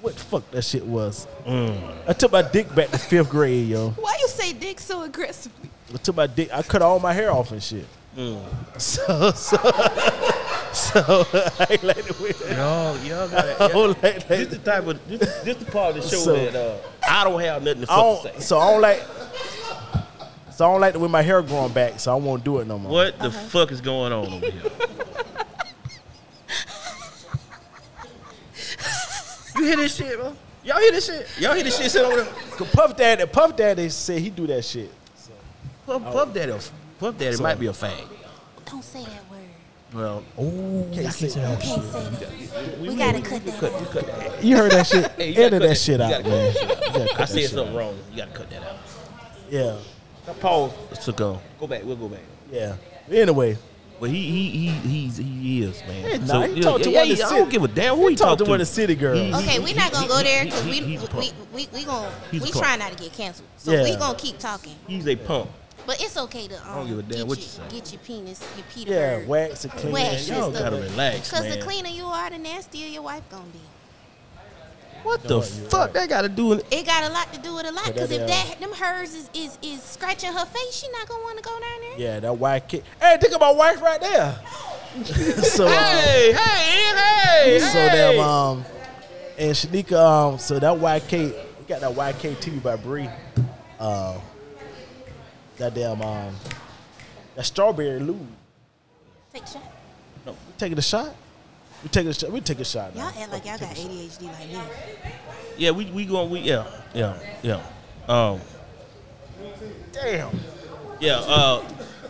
S1: what the fuck that shit was? I took my dick back to fifth grade, yo.
S6: Why you say dick so aggressively?
S1: I took my dick. I cut all my hair off and shit. <laughs> So, so, so <laughs> I ain't like the way.
S3: Y'all, y'all got <laughs>
S1: I don't like
S3: This
S1: that.
S3: the type of this, this the part of the show
S1: So-
S3: that uh, I don't have nothing to
S1: I
S3: fucking
S1: don't,
S3: say.
S1: so I don't like. So I don't like the way my hair growing back, so I won't do it no more.
S3: What the fuck is going on over here? you hear this shit, bro? Y'all hear this shit? Y'all hear this shit sitting over there?
S1: Cause Puff Daddy, Puff Daddy said he do that shit.
S3: Puff, Puff Daddy, Puff Daddy might be a fag.
S5: Don't say that word.
S3: Well,
S5: You can't say that. We, gotta cut that out.
S1: You heard that shit?
S3: <laughs> Hey, you gotta
S1: Edit
S3: cut
S1: that shit
S3: that-
S1: out,
S3: you gotta
S1: man.
S3: cut that
S1: You gotta cut
S3: I
S1: that
S3: said
S1: shit
S3: something
S1: out.
S3: wrong. You gotta cut that out.
S1: Yeah,
S3: Now pause. It's a go. Go back. We'll go back.
S1: yeah. Anyway,
S3: But he he he he's, he is man.
S1: Hey, nah, he talked to one of the
S3: I
S1: city-
S3: don't give a damn who
S1: he
S3: he
S1: talked
S3: talked
S1: to one of the city girls.
S3: He- he-
S5: Okay,
S3: he-
S5: we're not gonna
S3: he-
S5: go there
S3: he-
S5: because we,
S3: he-
S5: we,
S3: he's a punk.
S5: we, we, gonna,
S3: He's a
S5: we
S3: punk.
S5: trying not to get canceled. So
S1: Yeah.
S5: we gonna keep talking.
S3: He's a pump.
S5: But it's okay to um,
S3: don't give a damn
S5: get,
S3: what
S5: your,
S3: you say.
S5: get your penis, your Peter
S1: yeah,
S5: bird.
S1: wax and clean.
S5: Wax.
S1: Wax.
S5: Yeah,
S3: Y'all
S5: the-
S3: gotta relax,
S5: Cause
S3: man.
S5: the cleaner you are, the nastier your wife gonna be.
S3: what the fuck that gotta do? In,
S5: It got a lot to do with a lot.
S1: But
S5: Cause
S1: that-
S5: if that them hers is is, is scratching her face, she not gonna want to go down there.
S1: Yeah, that white kid. Hey, think about wife right there. <laughs> so, um,
S3: hey hey hey!
S1: so that um, and Shanika um, so that YK, we got that YK TV by Bree. Uh, goddamn um, that strawberry lube.
S5: Take a shot.
S1: We taking a shot. We taking a shot. We take a shot.
S6: Y'all
S1: Now.
S6: act like y'all got ADHD like me.
S3: yeah, we we going we yeah yeah yeah um
S1: Damn,
S3: yeah uh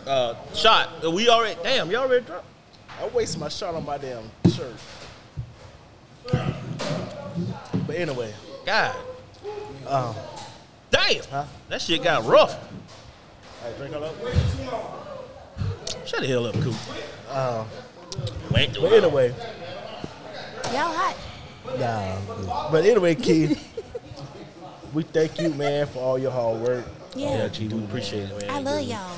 S3: uh shot. We already damn y'all already drunk.
S1: I wasted my shot on my damn shirt. But anyway,
S3: God
S1: um,
S3: damn
S1: Huh?
S3: that shit got rough.
S1: I drink all up.
S3: Shut the hell up, Coop.
S1: Um,
S3: Wait,
S1: but anyway.
S5: Y'all hot.
S1: Nah. But anyway, Keith, we thank you, man, for all your hard work.
S3: Yeah,
S5: Yeah.
S3: G, we appreciate it, man.
S5: I love y'all.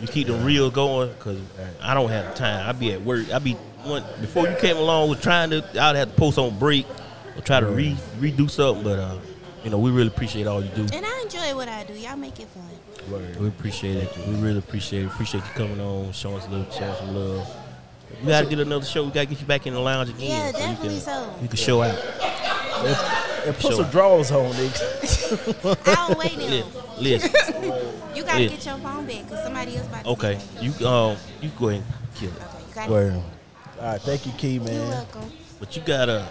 S3: You keep the real going because I don't have time. I be at work. I be one before you came along was trying to. I'd have to post on break or try to re redo something. But uh, you know, we really appreciate all you do.
S5: And I enjoy what I do. Y'all make it fun.
S3: We appreciate it. We really appreciate it. Appreciate you coming on, showing us love, showing some love. We gotta get another show. We gotta get you back in the lounge again.
S5: Yeah,
S3: you
S5: definitely
S3: can-
S5: so.
S3: You can show out.
S1: And put
S3: Sure.
S1: some draws on, nigga.
S5: I'll wait now.
S3: Listen, listen.
S5: You gotta
S3: Yeah.
S5: get your phone back because somebody else about to
S3: Okay,
S5: see it.
S3: you um, you go ahead and kill it.
S5: Okay, you got it.
S1: All right, thank you, Keith,
S5: You're
S1: man.
S5: welcome.
S3: But you gotta.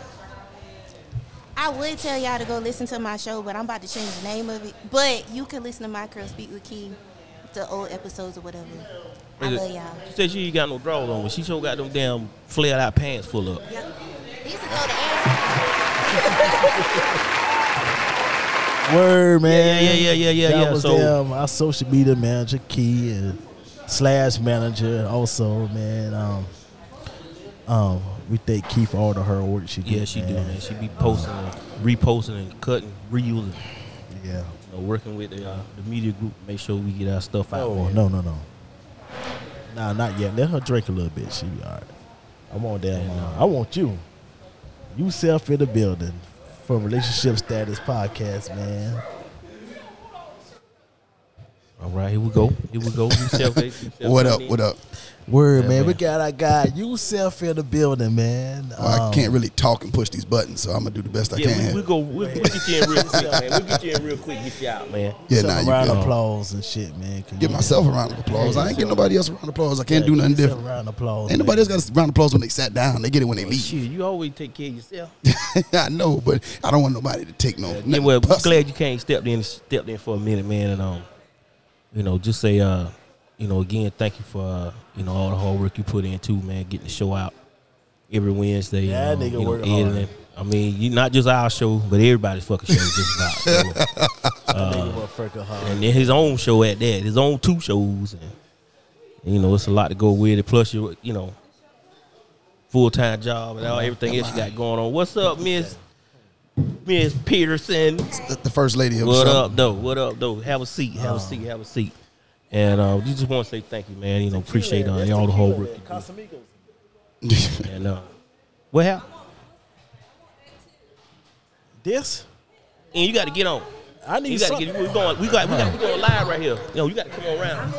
S6: I would tell y'all to go listen to my show, but I'm about to change the name of it. But you can listen to my girl speak with Key, the old episodes or whatever. I
S3: Is it-
S6: love y'all.
S3: She said she ain't got no drawers on, but she sure got them damn flared out pants full up.
S5: Yep. These to go to Amazon.
S1: Word, man.
S3: Yeah, yeah, yeah, yeah, yeah,
S1: That
S3: yeah.
S1: was
S3: So-
S1: them, our social media manager, Key, and slash manager also, man. Um, um, we thank Key for all the hard work she did.
S3: Yeah, she doing
S1: man.
S3: that. She be posting, and reposting, and cutting, reusing.
S1: Yeah.
S3: You know, working with the, uh, the media group, make sure we get our stuff
S7: Oh,
S3: out.
S1: No,
S3: man.
S1: no, no, no. Nah, not yet. Let her drink a little bit. She be all right. I want that. mom. I want you. You self in the building from Relationship Status Podcast, man.
S3: All right, here we go. Here we
S7: <laughs>
S3: go. You self- you self-
S7: What up? What up?
S1: Word,
S3: Yeah,
S1: man. We
S3: man.
S1: got our guy. You self in the building, man.
S7: Well,
S1: Um,
S7: I can't really talk and push these buttons, so I'm gonna do the best I
S3: Yeah,
S7: can.
S3: we, we go. We, we get you in real quick, man. We get you in real quick. Get you out, man.
S7: yeah,
S1: give
S7: nah,
S1: a
S7: you
S1: round of
S7: good.
S1: applause and shit, man. 'cause
S7: Give
S1: you-
S7: myself a round of applause. I ain't get nobody else a round of applause. I can't do nothing
S1: give yourself
S7: different.
S1: A round of applause.
S7: Ain't
S1: man.
S7: nobody else got a round of applause when they sat down. They get it when they leave.
S3: Oh, Shit, you always take care of yourself.
S7: <laughs> I know, but I don't want nobody to take no.
S3: <laughs> Yeah,
S7: nothing
S3: well, I'm
S7: personal.
S3: glad you came stepped in stepped in for a minute, man, and um, you know, just say uh, you know, again, thank you for uh, you know all the hard work you put in too, man, getting the show out every Wednesday. you
S1: That
S3: know,
S1: nigga
S3: you know,
S1: work
S3: editing.
S1: hard.
S3: I mean, you not just our show, but everybody's fucking show just about. So,
S1: That
S7: uh,
S1: nigga motherfucker hard.
S3: and then his own show at that, his own two shows, and you know, it's a lot to go with it. Plus, you you know, full time job and all everything else you got going on. What's up, Miss Miss Peterson?
S7: The, the first lady of
S3: What
S7: the show.
S3: up, though? What up, though? Have a seat. Have a seat. Have a seat. And uh, we just want to say thank you, man. You know, appreciate uh, y'all the whole work. you do. And uh, what happened?
S1: This,
S3: And you got to get on.
S1: I need
S3: You got to
S1: something.
S3: get. We going. We got. We got. We going live right here. Yo, you got to come on around.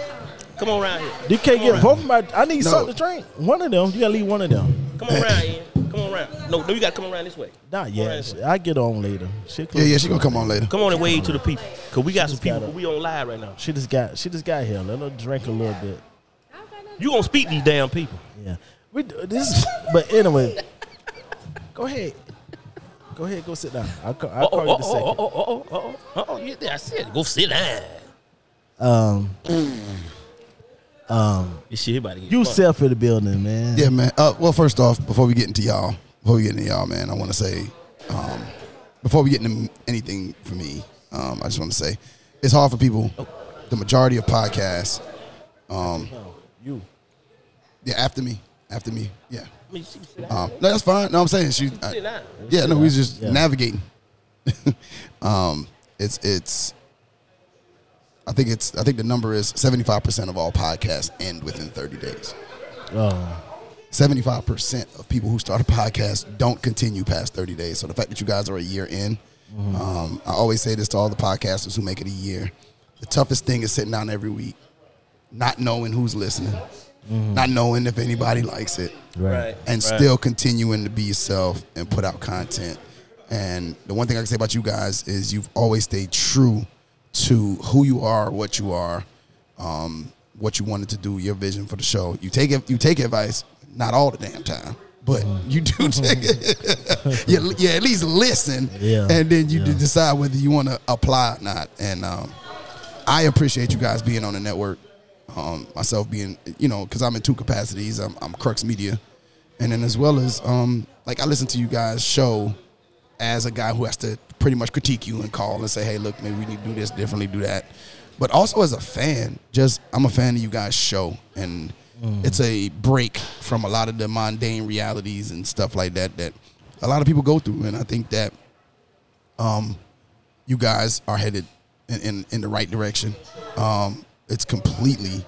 S3: Come on around here.
S1: You can't get both of my. I need
S7: No.
S1: something to drink. One of them. You gotta leave one of them.
S3: Come on around. Ian. Come on around. no, no, you gotta come around this way.
S1: Not
S3: Come around
S1: yet.
S3: this way.
S1: I get on later. She
S7: Yeah, yeah, she gonna come on later.
S3: Come on and wave to the people, cause we got some people.
S1: gotta-
S3: we on live right now.
S1: She just got she just got here. Let her drink a little bit.
S3: You gonna speak these damn people?
S1: Yeah. We do- this but anyway.
S3: <laughs>
S1: Go ahead. Go ahead, go sit down. I'll call, I'll
S3: Oh,
S1: call
S3: oh,
S1: you the
S3: oh,
S1: second.
S3: oh, oh, oh, oh, oh, yeah, that's it. Go sit down.
S1: Um
S3: This shit about to get
S1: you
S3: fucked.
S1: self in the building, man.
S7: Yeah, man. Uh, well, first off, before we get into y'all, before we get into y'all, man, I want to say, um, before we get into anything for me, um, I just want to say, it's hard for people. The majority of podcasts, um,
S1: You.
S7: yeah, after me, after me, yeah.
S3: I mean, she can sit down.
S7: Um, no, that's fine. No, I'm saying she. I-
S3: sit down.
S7: yeah, no, we was just
S1: Yeah.
S7: navigating. <laughs> um, it's it's. I think it's. I think the number is 75 percent of all podcasts end within 30 days.
S1: Uh,
S7: 75% of people who start a podcast don't continue past 30 days. So the fact that you guys are a year in,
S1: Mm-hmm.
S7: um, I always say this to all the podcasters who make it a year. The toughest thing is sitting down every week, not knowing who's listening,
S1: Mm-hmm.
S7: not knowing if anybody likes it,
S1: right.
S7: and still continuing to be yourself and put out content. And the one thing I can say about you guys is you've always stayed true to who you are, what you are, um, what you wanted to do, your vision for the show. You take it, you take advice, not all the damn time, but
S1: Mm-hmm. <laughs>
S7: you do take it. you, you at least listen,
S1: Yeah.
S7: and then you
S1: Yeah.
S7: decide whether you want to apply or not. And um, I appreciate you guys being on the network. Um, myself being, you know, because I'm in two capacities. I'm, I'm Crux Media, and then as well as, um, like, I listen to you guys' show as a guy who has to pretty much critique you and call and say, hey, look, maybe we need to do this differently, do that. But also as a fan, just I'm a fan of you guys' show, and it's a break from a lot of the mundane realities and stuff like that that a lot of people go through, and I think that you guys are headed in, in, in the right direction. Um, it's completely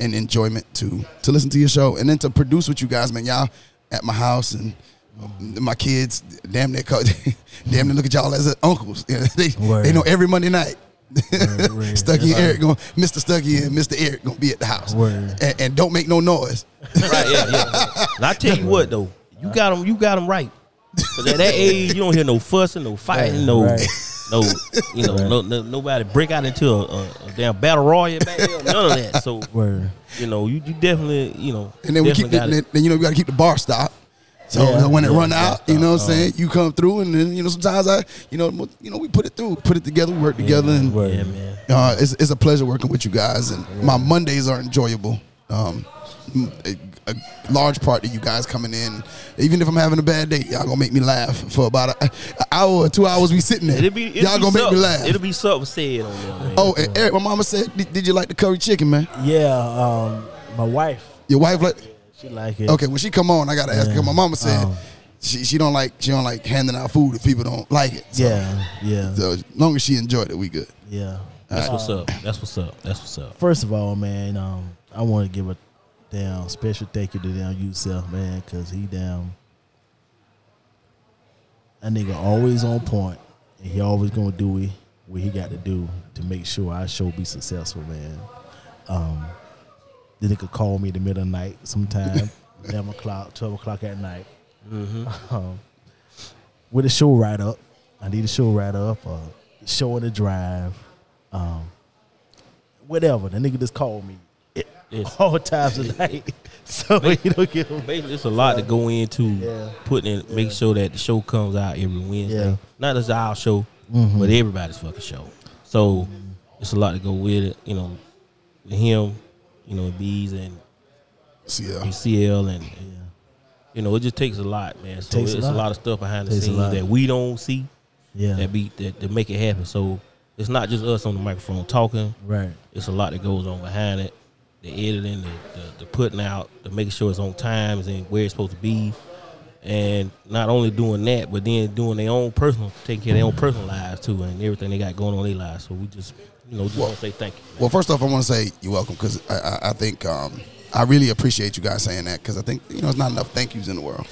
S7: an enjoyment to to listen to your show and then to produce with you guys, man. Y'all at my house and um, my kids, damn near, co- <laughs> damn near look at y'all as uh, uncles. <laughs> Yeah, they
S1: Word.
S7: they know every Monday night. <laughs>
S1: word.
S7: Stucky and Eric going, Mr. Stucky and Mr. Eric gonna be at the house,
S1: Word.
S7: And, and don't make no noise.
S3: Right, yeah, yeah. And I tell you what though, you got them, you got them right. 'Cause at <laughs> that age, you don't hear no fussing, no fighting, no,
S1: Right.
S3: no, you know, no, no, nobody break out into a, a, a damn battle royal, back there, none of that. So
S1: Word.
S3: you know, you, you definitely, you know,
S7: And then we keep
S3: definitely
S7: the,
S3: got
S7: then, then, you know we gotta keep the bar stopped. So
S1: Yeah.
S7: when it
S1: Yeah,
S7: run
S1: bar
S7: out, you know what I'm saying? You come through and then you know sometimes I you know mo- you know we put it through, put it together, we work together and
S1: Word.
S3: Yeah, man.
S7: uh, it's, it's a pleasure working with you guys and my Mondays are enjoyable. Um m- a, a large part of you guys coming in, even if I'm having a bad day, y'all gonna make me laugh for about a, a hour or two hours. We sitting there,
S3: It'll be, it'll
S7: y'all
S3: be
S7: gonna make me
S3: something-
S7: laugh.
S3: It'll be something said on there, man.
S7: oh, and Eric, my mama said, "Did did you like the curry chicken, man?
S1: Yeah, um my wife,
S7: Your wife like."
S1: she like it.
S7: Okay, when she come on, I gotta ask
S1: Yeah.
S7: because my mama said
S1: Oh.
S7: she, she don't like she don't like handing out food if people don't like it. So,
S1: Yeah, yeah.
S7: So as long as she enjoyed it, we good.
S1: Yeah.
S3: That's what's up. That's what's up. That's what's up.
S1: First of all, man, um, I want to give a damn special thank you to damn Yousef, man, because he damn a nigga always on point, and he always gonna do it what he got to do to make sure our show be successful, man. Um, the nigga call me in the middle of the night
S3: <laughs>
S1: sometime, eleven o'clock, twelve o'clock at night, <laughs>
S3: Mm-hmm.
S1: um, with a show write up. I need a show write up, uh, show in the drive. Um, whatever. The nigga just called me <laughs>
S3: It's,
S1: all times of night. <laughs> So he don't give him.
S3: basically, it's a lot to go into
S1: Yeah.
S3: putting in, make sure that the show comes out every Wednesday.
S1: Yeah. Mm-hmm.
S3: Not just our show, but everybody's fucking show. So it's a lot to go with it. You know, with him, you know, Bees and
S7: So yeah,
S3: UCL and.
S1: Yeah.
S3: you know, it just takes a lot, man. So
S1: Takes a
S3: it's a lot.
S1: lot.
S3: of stuff behind the
S1: Takes a lot.
S3: scenes that we don't see
S1: Yeah.
S3: that be that, that make it happen. So it's not just us on the microphone talking.
S1: right.
S3: It's a lot that goes on behind it. The editing, the, the, the putting out, the making sure it's on times and where it's supposed to be. And not only doing that, but then doing their own personal, taking care of their own personal lives too, and everything they got going on in their lives. So we just, you know, just want to say thank you.
S7: Well, first off, I want to say you're welcome because I, I, I think um, I really appreciate you guys saying that because I think you know it's not enough thank yous in the world.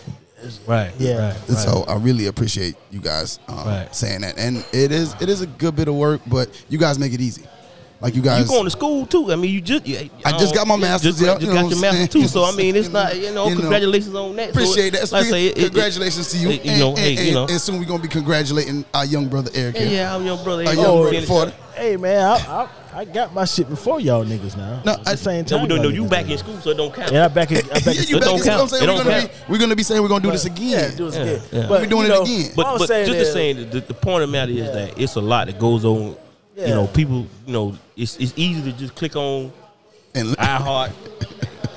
S3: Right.
S1: Yeah.
S7: And So I really appreciate you guys um,
S3: Right.
S7: saying that, and it is it is a good bit of work, but you guys make it easy. Like you guys,
S3: You going to school too? I mean, you just you,
S7: I just got my master's,
S3: Just,
S7: yeah,
S3: just
S7: you know
S3: got
S7: what
S3: your
S7: I'm
S3: master's
S7: saying?
S3: too. So I mean, it's
S7: <laughs> You
S3: not
S7: know,
S3: you know.
S7: you know.
S3: congratulations on that. So,
S7: Appreciate that.
S3: like I say, it- it- it-
S7: congratulations to you.
S3: it- you
S7: and,
S3: know, hey,
S7: and-
S3: you know.
S7: and soon we're gonna be congratulating our young brother Eric.
S3: Yeah,
S7: here.
S3: yeah, Oh, I'm your brother.
S7: Our
S3: Hey,
S7: young
S3: you
S7: brother
S3: finished
S7: Ford.
S3: up.
S1: Hey man, I, I I got my shit before y'all niggas now.
S7: No,
S1: At the
S7: I-
S1: same
S3: No,
S1: time.
S3: we don't know.
S1: y'all
S3: You
S1: niggas
S3: back
S1: now.
S3: in school, so it don't count.
S1: Yeah, I back in.
S7: <laughs>
S1: I back
S7: Yeah,
S1: in
S7: you
S1: school.
S7: back
S3: don't
S7: in- you know what I'm
S3: count.
S7: saying?
S3: It
S7: We're
S3: don't
S7: gonna be,
S3: count.
S7: we're gonna be saying we're gonna do this again.
S1: Yeah, do it
S3: Yeah,
S1: again.
S3: yeah.
S1: But
S7: We're doing
S1: you
S7: it
S1: know,
S7: again.
S1: I
S3: But,
S1: was
S3: but
S1: saying
S3: just the
S1: that- uh,
S3: saying, the, the, the point of the matter is that it's a lot that goes on.
S1: Yeah.
S3: You know, people. You know, it's it's easy to just click on
S1: <laughs>
S7: And
S3: iHeart.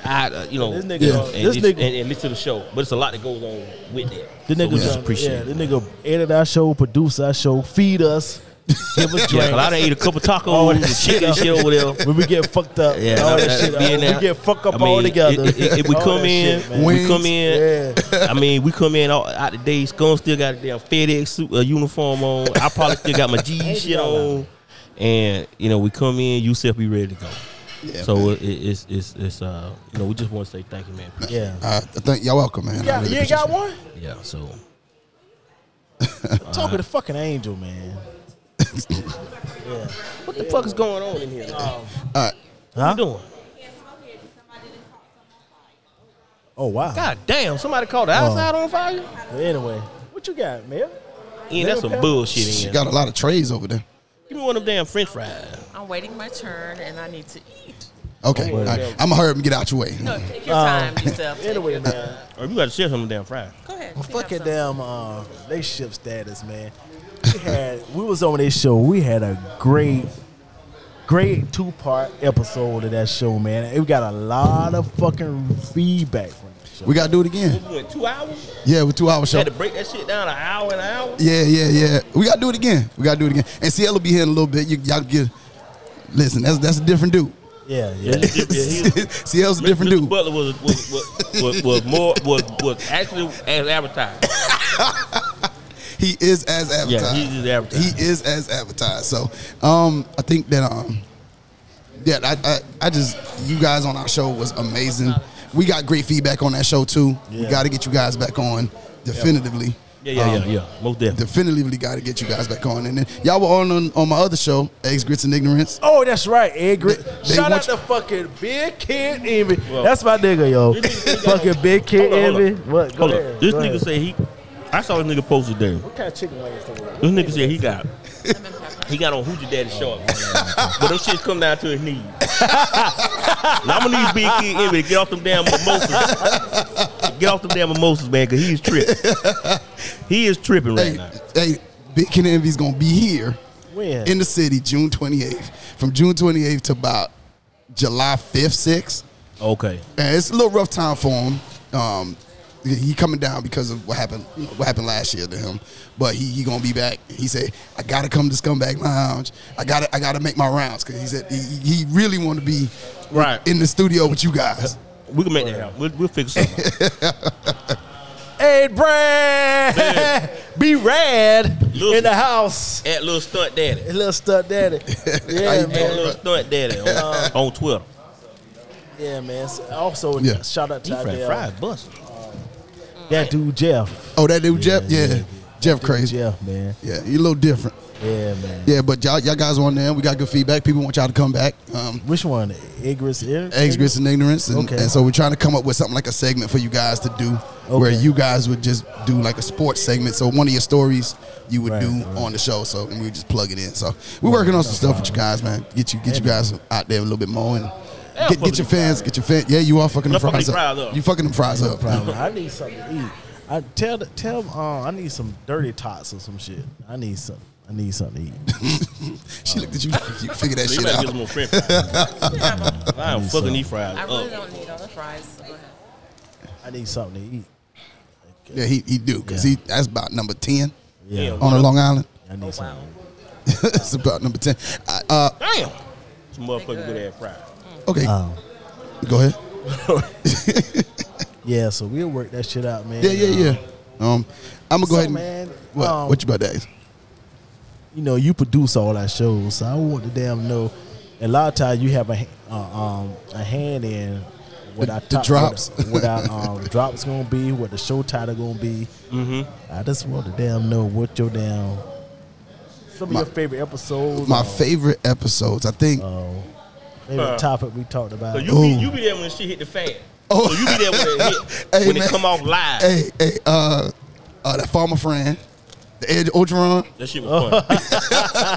S3: I, uh, you know,
S1: This nigga-
S3: and,
S1: Yeah. this
S3: and,
S1: nigga-
S3: and, and listen to the show, but it's a lot that goes on with that.
S1: The nigga
S3: so we just
S1: done-
S3: appreciate.
S1: yeah,
S3: it.
S1: The nigga edit our show, produce our show, feed us, give us
S3: <laughs> Yeah,
S1: drinks.
S3: cause I done ate a couple
S1: <laughs>
S3: tacos,
S1: All that
S3: and chicken and shit over there.
S1: when we get fucked up,
S3: Yeah,
S1: all that,
S3: that-
S1: shit.
S3: being
S1: we
S3: that-
S1: get fucked up
S3: I mean,
S1: all together.
S3: i- i- If we
S1: All
S3: come
S1: that
S3: in,
S1: shit, man.
S3: we come
S7: Wings.
S3: in.
S1: yeah,
S3: I mean, we come in all, out the day. Scone still got a damn FedEx suit, uh, uniform on. I probably still got my G shit on. And you know, we come in. You said we ready to go.
S7: Yeah,
S3: so
S7: man.
S3: it, it- it's it's it's uh you know we just want to say thank you, man.
S1: yeah.
S7: uh, I think y'all welcome, man. I
S1: Yeah,
S7: really
S1: you ain't got
S7: appreciate it.
S1: one?
S3: Yeah. So
S1: Talk to the fucking angel, man.
S3: what the fuck is going on in here?
S1: Oh. Huh?
S3: What you doing?
S1: Oh wow.
S3: God damn! Somebody called the
S1: Oh.
S3: outside on fire.
S1: But anyway, what you got, man?
S3: Yeah, that's some bullshit.
S7: She
S3: In here.
S7: got a lot of trays over there.
S3: Give me one of them damn French fries.
S8: I'm waiting my turn and I need to eat.
S7: Okay,
S1: Oh,
S7: all right.
S1: yeah.
S7: I'm gonna hurry up and get out your way.
S8: No, take your
S1: Uh,
S8: time yourself. Um, <laughs> Take
S1: Anyway,
S8: your-
S1: man.
S3: Or you got to share some of them damn fries.
S8: Go ahead.
S1: Well,
S8: pick
S1: fuck
S8: up
S1: your
S8: something.
S1: damn uh, relationship status, man. We had we was on this show. We had a great, great two part episode of that show, man. And we got a lot of fucking feedback from that show.
S7: We gotta do it again.
S3: We went two hours.
S7: Yeah, with two hours show.
S3: Had to break that shit down an hour and an hour.
S7: Yeah, yeah, yeah. We gotta do it again. We gotta do it again. And CL will be here in a little bit. You, y'all get. Listen, that's that's a different dude.
S1: yeah, yeah.
S7: <laughs> CL's a different
S3: Mr.
S7: dude.
S3: Butler was was, was, was, was more was was actually as advertised.
S7: He is as
S3: Yeah,
S7: advertised.
S3: he is advertised.
S7: He is as advertised. So, um, I think that um, yeah, I, I I just you guys on our show was amazing. We got great feedback on that show too. We
S1: Yeah.
S7: got to get you guys back on definitively.
S3: Yeah, yeah,
S7: Um,
S3: yeah, yeah. Most definitely.
S7: Definitively got to get you guys back on. And then y'all were on on, on my other show, Eggs, Grits, and Ignorance.
S1: Oh, that's right, Ed Grit.
S7: They
S1: Shout out
S7: want
S1: to
S7: you-
S1: fucking Big Kid Envy.
S3: Well-
S1: that's my nigga, yo.
S3: This nigga-
S1: fucking Big Kid
S3: Hold on, hold on.
S1: Envy. What? Go
S3: Hold
S1: ahead,
S3: up. This
S1: go
S3: nigga
S1: ahead.
S3: said he. I saw this nigga posted there.
S1: What kind of chicken wings? they got?
S3: This nigga said he got
S8: Lemon pepper.
S3: he got on Hoochie Daddy
S1: <laughs>
S3: shorts, but those shits come down to his knees. now I'm gonna need Big Kid Envy to get off them damn mimosas. get off them damn mimosas, man, because he is tripping. He is tripping right
S7: Hey,
S3: now.
S7: hey, Big Ken Envy's gonna be here
S1: When?
S7: in the city June 28th, from June 28th to about July 5th, 6th.
S3: Okay.
S7: And it's a little rough time for him. Um, he- he coming down because of what happened. you know, What happened last year to him, but he, he gonna be back. He said, "I gotta come to Scumbag Lounge. I gotta I gotta make my rounds." Because he said he, he really want to be
S3: Right.
S7: in the studio with you guys.
S3: We can make that happen. We'll, we'll figure something.
S1: <laughs>
S3: out.
S1: Hey, Brad,
S7: <laughs>
S1: be rad
S3: Listen.
S1: in the house.
S3: At little stunt daddy.
S1: Hey, Little stud daddy. Yeah,
S7: you
S3: At
S1: man.
S3: little stunt daddy on,
S1: <laughs>
S3: on Twitter.
S1: Yeah, man. So- Also,
S7: Yeah.
S1: shout out to our damn-
S3: bust.
S1: that dude Jeff.
S7: Oh, that dude Jeff, yeah, Jeff crazy,
S1: Jeff, man.
S7: yeah, he a little different.
S1: Yeah, man.
S7: Yeah, but y'all, y'all guys on there. We got good feedback. People want y'all to come back. Um,
S1: Which one? Igris Eric?
S7: eggs, grits, and ignorance. And,
S1: Okay.
S7: and so we're trying to come up with something like a segment for you guys to do, where
S1: Okay.
S7: you guys would just do like a sports segment. So one of your stories you would
S1: Right,
S7: do
S1: right.
S7: on the show. So and we just plug it in. So we're working on some stuff with you guys, man. Get you get you guys out there a little bit more and.
S3: Yeah,
S7: Get,
S3: fucking
S7: get your fans, get your fans. Yeah, you are fucking
S3: Y'all
S7: them fries,
S3: fucking
S7: up.
S3: fries up.
S7: You fucking them fries up.
S1: I need something to eat. I tell the- tell uh, I need some dirty tots or some shit. I need some. I need something to eat.
S7: <laughs> she looked at you. like You figure that
S3: You
S7: shit
S3: better get some
S7: out.
S3: more french fries.
S7: <laughs>
S3: I am
S1: Need
S3: fucking
S1: some.
S3: these fries
S8: I really
S3: up.
S8: don't need all the fries. So go ahead.
S1: I need something to eat.
S7: Yeah, he, he do because
S1: Yeah.
S7: he that's about number ten
S3: Yeah.
S7: on the Long Island. <laughs>
S1: I
S3: Oh,
S1: need something.
S7: that's about number ten. I, uh,
S3: Damn. Some motherfucking good ass fries.
S7: okay,
S1: Um,
S7: go ahead.
S1: yeah, so we'll work that shit out, man.
S7: Yeah, yeah, yeah. Um, I'm gonna go
S1: so,
S7: ahead and
S1: man,
S7: what
S1: um,
S7: what you about that?
S1: you know, you produce all our shows. So I want to damn know. A lot of times you have a ha- uh, um, a hand in what
S7: The-
S1: our
S7: the
S1: top,
S7: drops.
S1: what, what our um, <laughs> drops gonna be, what the show title gonna be. Mm-hmm. I just want to damn know what your damn Some of
S7: My-
S1: your favorite episodes.
S7: My
S1: or
S7: favorite episodes, I think.
S1: uh,
S3: Oh.
S1: favorite
S3: Uh,
S1: topic we talked about.
S3: So you be,
S7: Ooh.
S3: you be there when she hit the fan.
S7: Oh.
S3: Oh, so you be there when it hit,
S7: <laughs> Hey,
S3: when
S7: man.
S3: it come off live.
S7: Hey, hey, uh, uh, that farmer friend, the Ed Ogeron, <laughs>
S3: That shit was fun.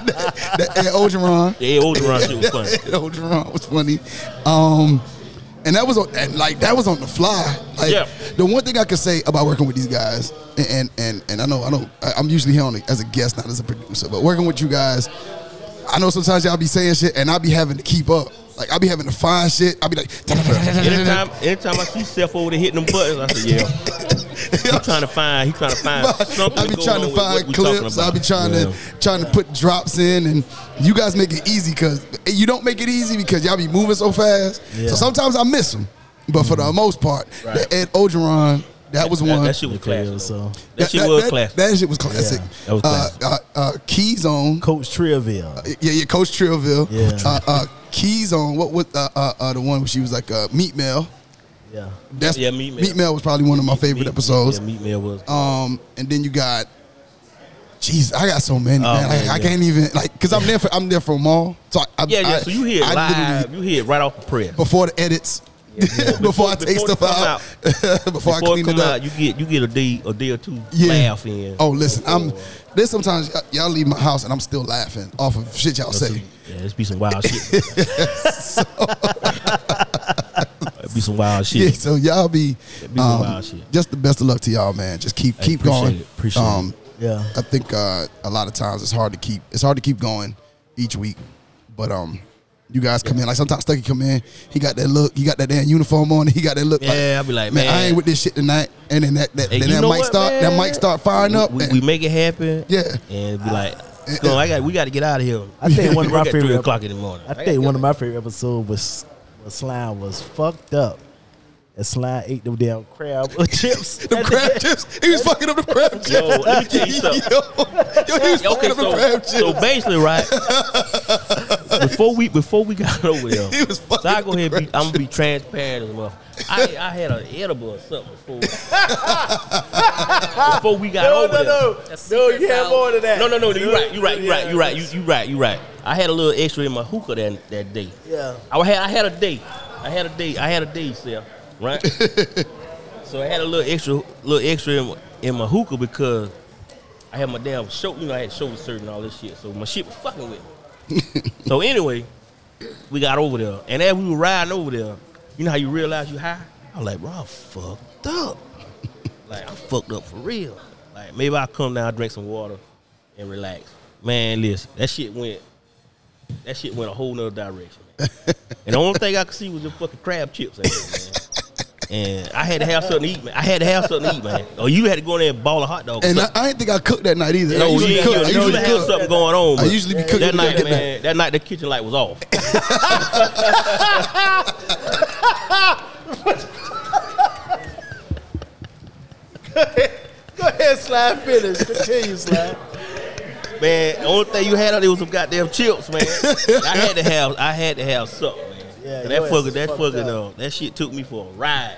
S7: that Ed Ogeron,
S3: the Ed Ogeron shit was fun.
S7: <laughs> Ed Ogeron was funny. Um, and that was on, and like that was on the fly. Like
S3: Yeah.
S7: the one thing I could say about working with these guys, and and and, and I know I know I- I'm usually here on a, as a guest, not as a producer, but working with you guys, I know sometimes y'all be saying shit, and I be having to keep up. Like I be having to find shit. I be like,
S3: Anytime, anytime I see Seth over there hitting them buttons, I say, "Yeah,
S7: <laughs>
S3: he trying to find, he trying to find something."
S7: I be
S3: going
S7: trying to
S3: on with what
S7: find
S3: we talking
S7: clips. I be
S3: about.
S7: trying
S3: Yeah.
S7: to trying to put drops in, and you guys make it easy because you don't make it easy because y'all be moving so fast.
S1: Yeah.
S7: So sometimes I miss them, but for
S3: Mm-hmm.
S7: the most part,
S3: Right.
S7: the Ed Ogeron that was
S3: That,
S7: one.
S3: that shit was
S1: Claire,
S3: classic.
S1: so.
S3: though. That shit was classic.
S7: That shit was classic.
S3: That was classic.
S7: Uh, uh, uh, Keys on.
S1: Coach Trivia.
S7: Yeah, yeah, Coach Trillville.
S1: Yeah.
S7: Uh, uh, Keys on. What was uh, uh, uh, the one where she was like uh, meat meal?
S1: Yeah.
S7: That's
S3: Yeah, Meat Mill.
S7: was probably one of my favorite
S3: Meat-
S7: episodes.
S3: Yeah, Meat Mill was.
S7: Um, and then you got, jeez, I got so many,
S3: Oh,
S7: man. Like,
S3: man,
S7: I
S3: yeah.
S7: can't even like, cause I'm there for I'm there for them all. So I, I
S3: yeah, yeah.
S7: I-
S3: so you hear it
S7: I
S3: live.
S7: literally-
S3: You hear it right off the press.
S7: before the edits, <laughs> before, I take
S3: before it
S7: stuff
S3: come
S7: out, <laughs> before, I
S3: Before it
S7: clean
S3: come
S7: it up.
S3: out, you get you get a day a day or two
S7: Yeah.
S3: laugh in.
S7: oh, listen, I'm there's sometimes y- y'all leave my house and I'm still laughing off of shit y'all say.
S3: Yeah, it's be some wild shit. it be some wild shit.
S7: <laughs> Yeah, so y'all be,
S3: be some
S7: um,
S3: wild shit.
S7: just the best of luck to y'all, man. Just keep
S3: Hey,
S7: keep
S3: appreciate
S7: going. Um,
S3: it, appreciate it.
S1: Yeah.
S7: I think uh, a lot of times it's hard to keep it's hard to keep going each week, but um, you guys come in like sometimes Stucky come in, he got that look, he got that damn uniform on, <laughs> he got that look.
S3: Yeah,
S7: like,
S3: I be like,
S7: I
S3: man.
S7: ain't with this shit tonight. And then that that,
S3: Hey,
S7: then
S3: you
S7: that
S3: know
S7: mic
S3: what,
S7: start that
S3: man?
S7: mic start firing up.
S3: We,
S7: and-
S3: we make it happen.
S7: Yeah. Uh,
S3: and be like, "Scum, I got we got to get out of here.
S7: <laughs>
S1: I think one of
S3: Work
S1: my
S3: at three
S1: favorite-
S3: o'clock in the morning.
S1: I think one of my favorite episodes was was Slime was fucked up. And Slime ate them damn crab <laughs> chips.
S7: the
S3: <laughs>
S7: crab chips. He was fucking up the crab chips.
S3: Yo, let me tell
S7: <laughs>
S3: you something.
S7: yo, yo, he was
S3: Okay,
S7: fucking up the crab
S3: so,
S7: chips.
S3: so basically, right before we before we got
S7: <laughs>
S3: over there,
S7: He was fucking
S3: so I
S7: up
S3: go
S7: the
S3: ahead. And be,
S7: crab
S3: I'm gonna be transparent as well. I I had an edible or something
S7: <laughs>
S3: before before we got over there.
S8: No, you had more than
S3: No, no, no. You right. You right. You right. You right. You you right. You right. I had a little extra in my hookah that that day.
S1: Yeah.
S3: I had I had a day. I had a day. I had a day, sir.
S7: <laughs>
S3: Right. so I had a little extra, little extra in my, in my hookah because I had my damn shoulder. You know, I had shoulder surgery and all this shit. So my shit was fucking with me. so anyway, we got over there, and as we were riding over there, you know how you realize you high? I was like, bro, I'm fucked up. Like I'm fucked up for real. Like maybe I'll come down, drink some water, and relax. Man, listen, that shit went that shit went a whole nother direction, man. and the only thing I could see was the fucking crab chips out there, man. And I had to have something to eat, man. I had to have something to eat, man. Or you had to go in there and ball a hot dog. or
S7: And I,
S3: something.
S7: I didn't think I cooked that night either. I
S3: no, you
S7: usually
S3: you
S7: cook. I
S3: usually,
S7: usually
S3: have
S7: cook.
S3: something going on.
S7: I
S3: but
S7: usually be cooking
S3: that
S7: when I
S3: night,
S7: get
S3: man.
S7: back.
S3: That night, the kitchen light was
S7: <laughs>
S3: off.
S1: Go ahead, Slime finish. Continue, Slime.
S3: Man, the only thing you had out there was some goddamn chips, man. I had to have, I had to have something, man.
S1: Yeah,
S3: And
S1: your
S3: that
S1: ass
S3: fucking,
S1: is
S3: that
S1: fucked
S3: fucking, uh,
S1: up.
S3: that shit took me for a ride.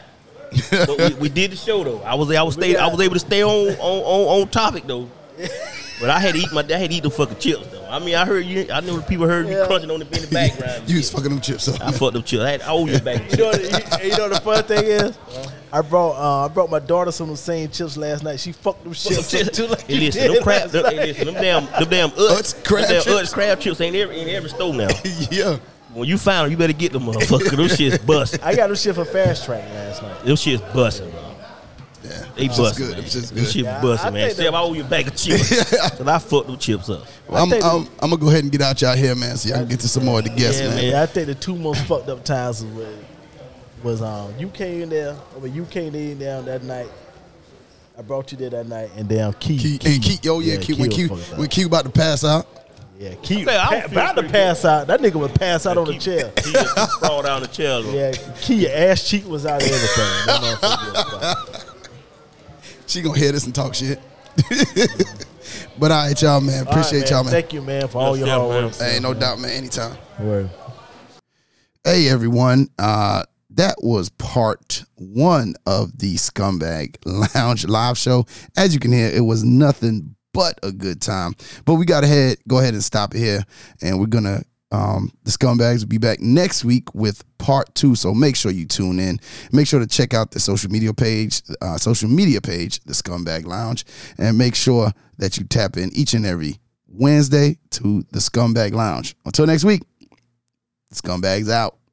S3: but we, we did the show though. I was, I was stay, I
S1: got-
S3: was able to stay on, on, on, on topic though. But I had to eat my, I had to eat the fucking chips though. I mean, I heard you, I know the people heard me
S1: Yeah.
S3: crunching on the in the background.
S7: <laughs> You was fucking them chips up.
S3: I fucked up chips. I had, I owe you back.
S1: You know, the- you, you know the fun thing is, I brought uh, I brought my daughter some of the same chips last night. She fucked them chips up too. <laughs> Like
S3: Hey,
S1: you
S3: listen,
S1: did
S3: them crab,
S1: last
S3: them, hey,
S1: night.
S3: listen, them damn, them damn Utz,
S7: Utz crab
S3: them damn
S7: chips.
S3: Utz crab chips ain't every, in every store now.
S7: <laughs> yeah.
S3: When you find them, you better get them motherfucker. Them shit's busting.
S1: I got them shit for fast track last night.
S3: Them shit's busting, bro.
S7: Yeah.
S3: They
S7: It's
S3: busting,
S7: good.
S3: man.
S7: It's just
S3: Them
S7: good.
S3: shit
S1: Yeah, I- I
S3: busting, man.
S1: think
S3: Sam,
S1: that-
S3: I owe you a bag of chips.
S7: <laughs>
S3: Cause I fucked them chips up.
S7: I'm,
S1: think-
S7: I'm, I'm gonna go ahead and get out y'all hair, man, so y'all can get to some more of the guests,
S3: Yeah,
S7: man.
S3: man.
S1: Yeah, I think the two most fucked up times was was um you came in there when you came in down that night. I brought you there that night and damn Key,
S7: Key, and Key, oh yeah, Key, when
S1: was
S7: Key,
S1: fucked up.
S7: when Key about to pass out,
S1: yeah, Key
S3: Man, I
S1: pa-
S3: don't feel
S1: about to
S3: pretty
S1: pass out. That nigga was pass out on the
S3: Keep-
S1: chair.
S3: He just sprawled down the chair. though.
S1: Yeah, Key, your ass cheek was out of everything.
S3: <laughs>
S1: That motherfucker was fucked.
S7: she gonna hear this and talk shit. <laughs> but all right, y'all,
S1: All
S7: man,
S1: right,
S7: appreciate y'all, man.
S1: Thank you, man for all your
S3: Yeah,
S1: hard
S3: man.
S1: work.
S7: Hey, no doubt, man. Anytime.
S1: Word.
S7: Hey everyone, uh, that was part one of the Scumbag Lounge live show. As you can hear, it was nothing but a good time. But we got to head, go ahead and stop it here. And we're going to, um, the scumbags will be back next week with part two. So make sure you tune in. Make sure to check out the social media page, uh, social media page, the Scumbag Lounge, and make sure that you tap in each and every Wednesday to the Scumbag Lounge. Until next week, Scumbags out.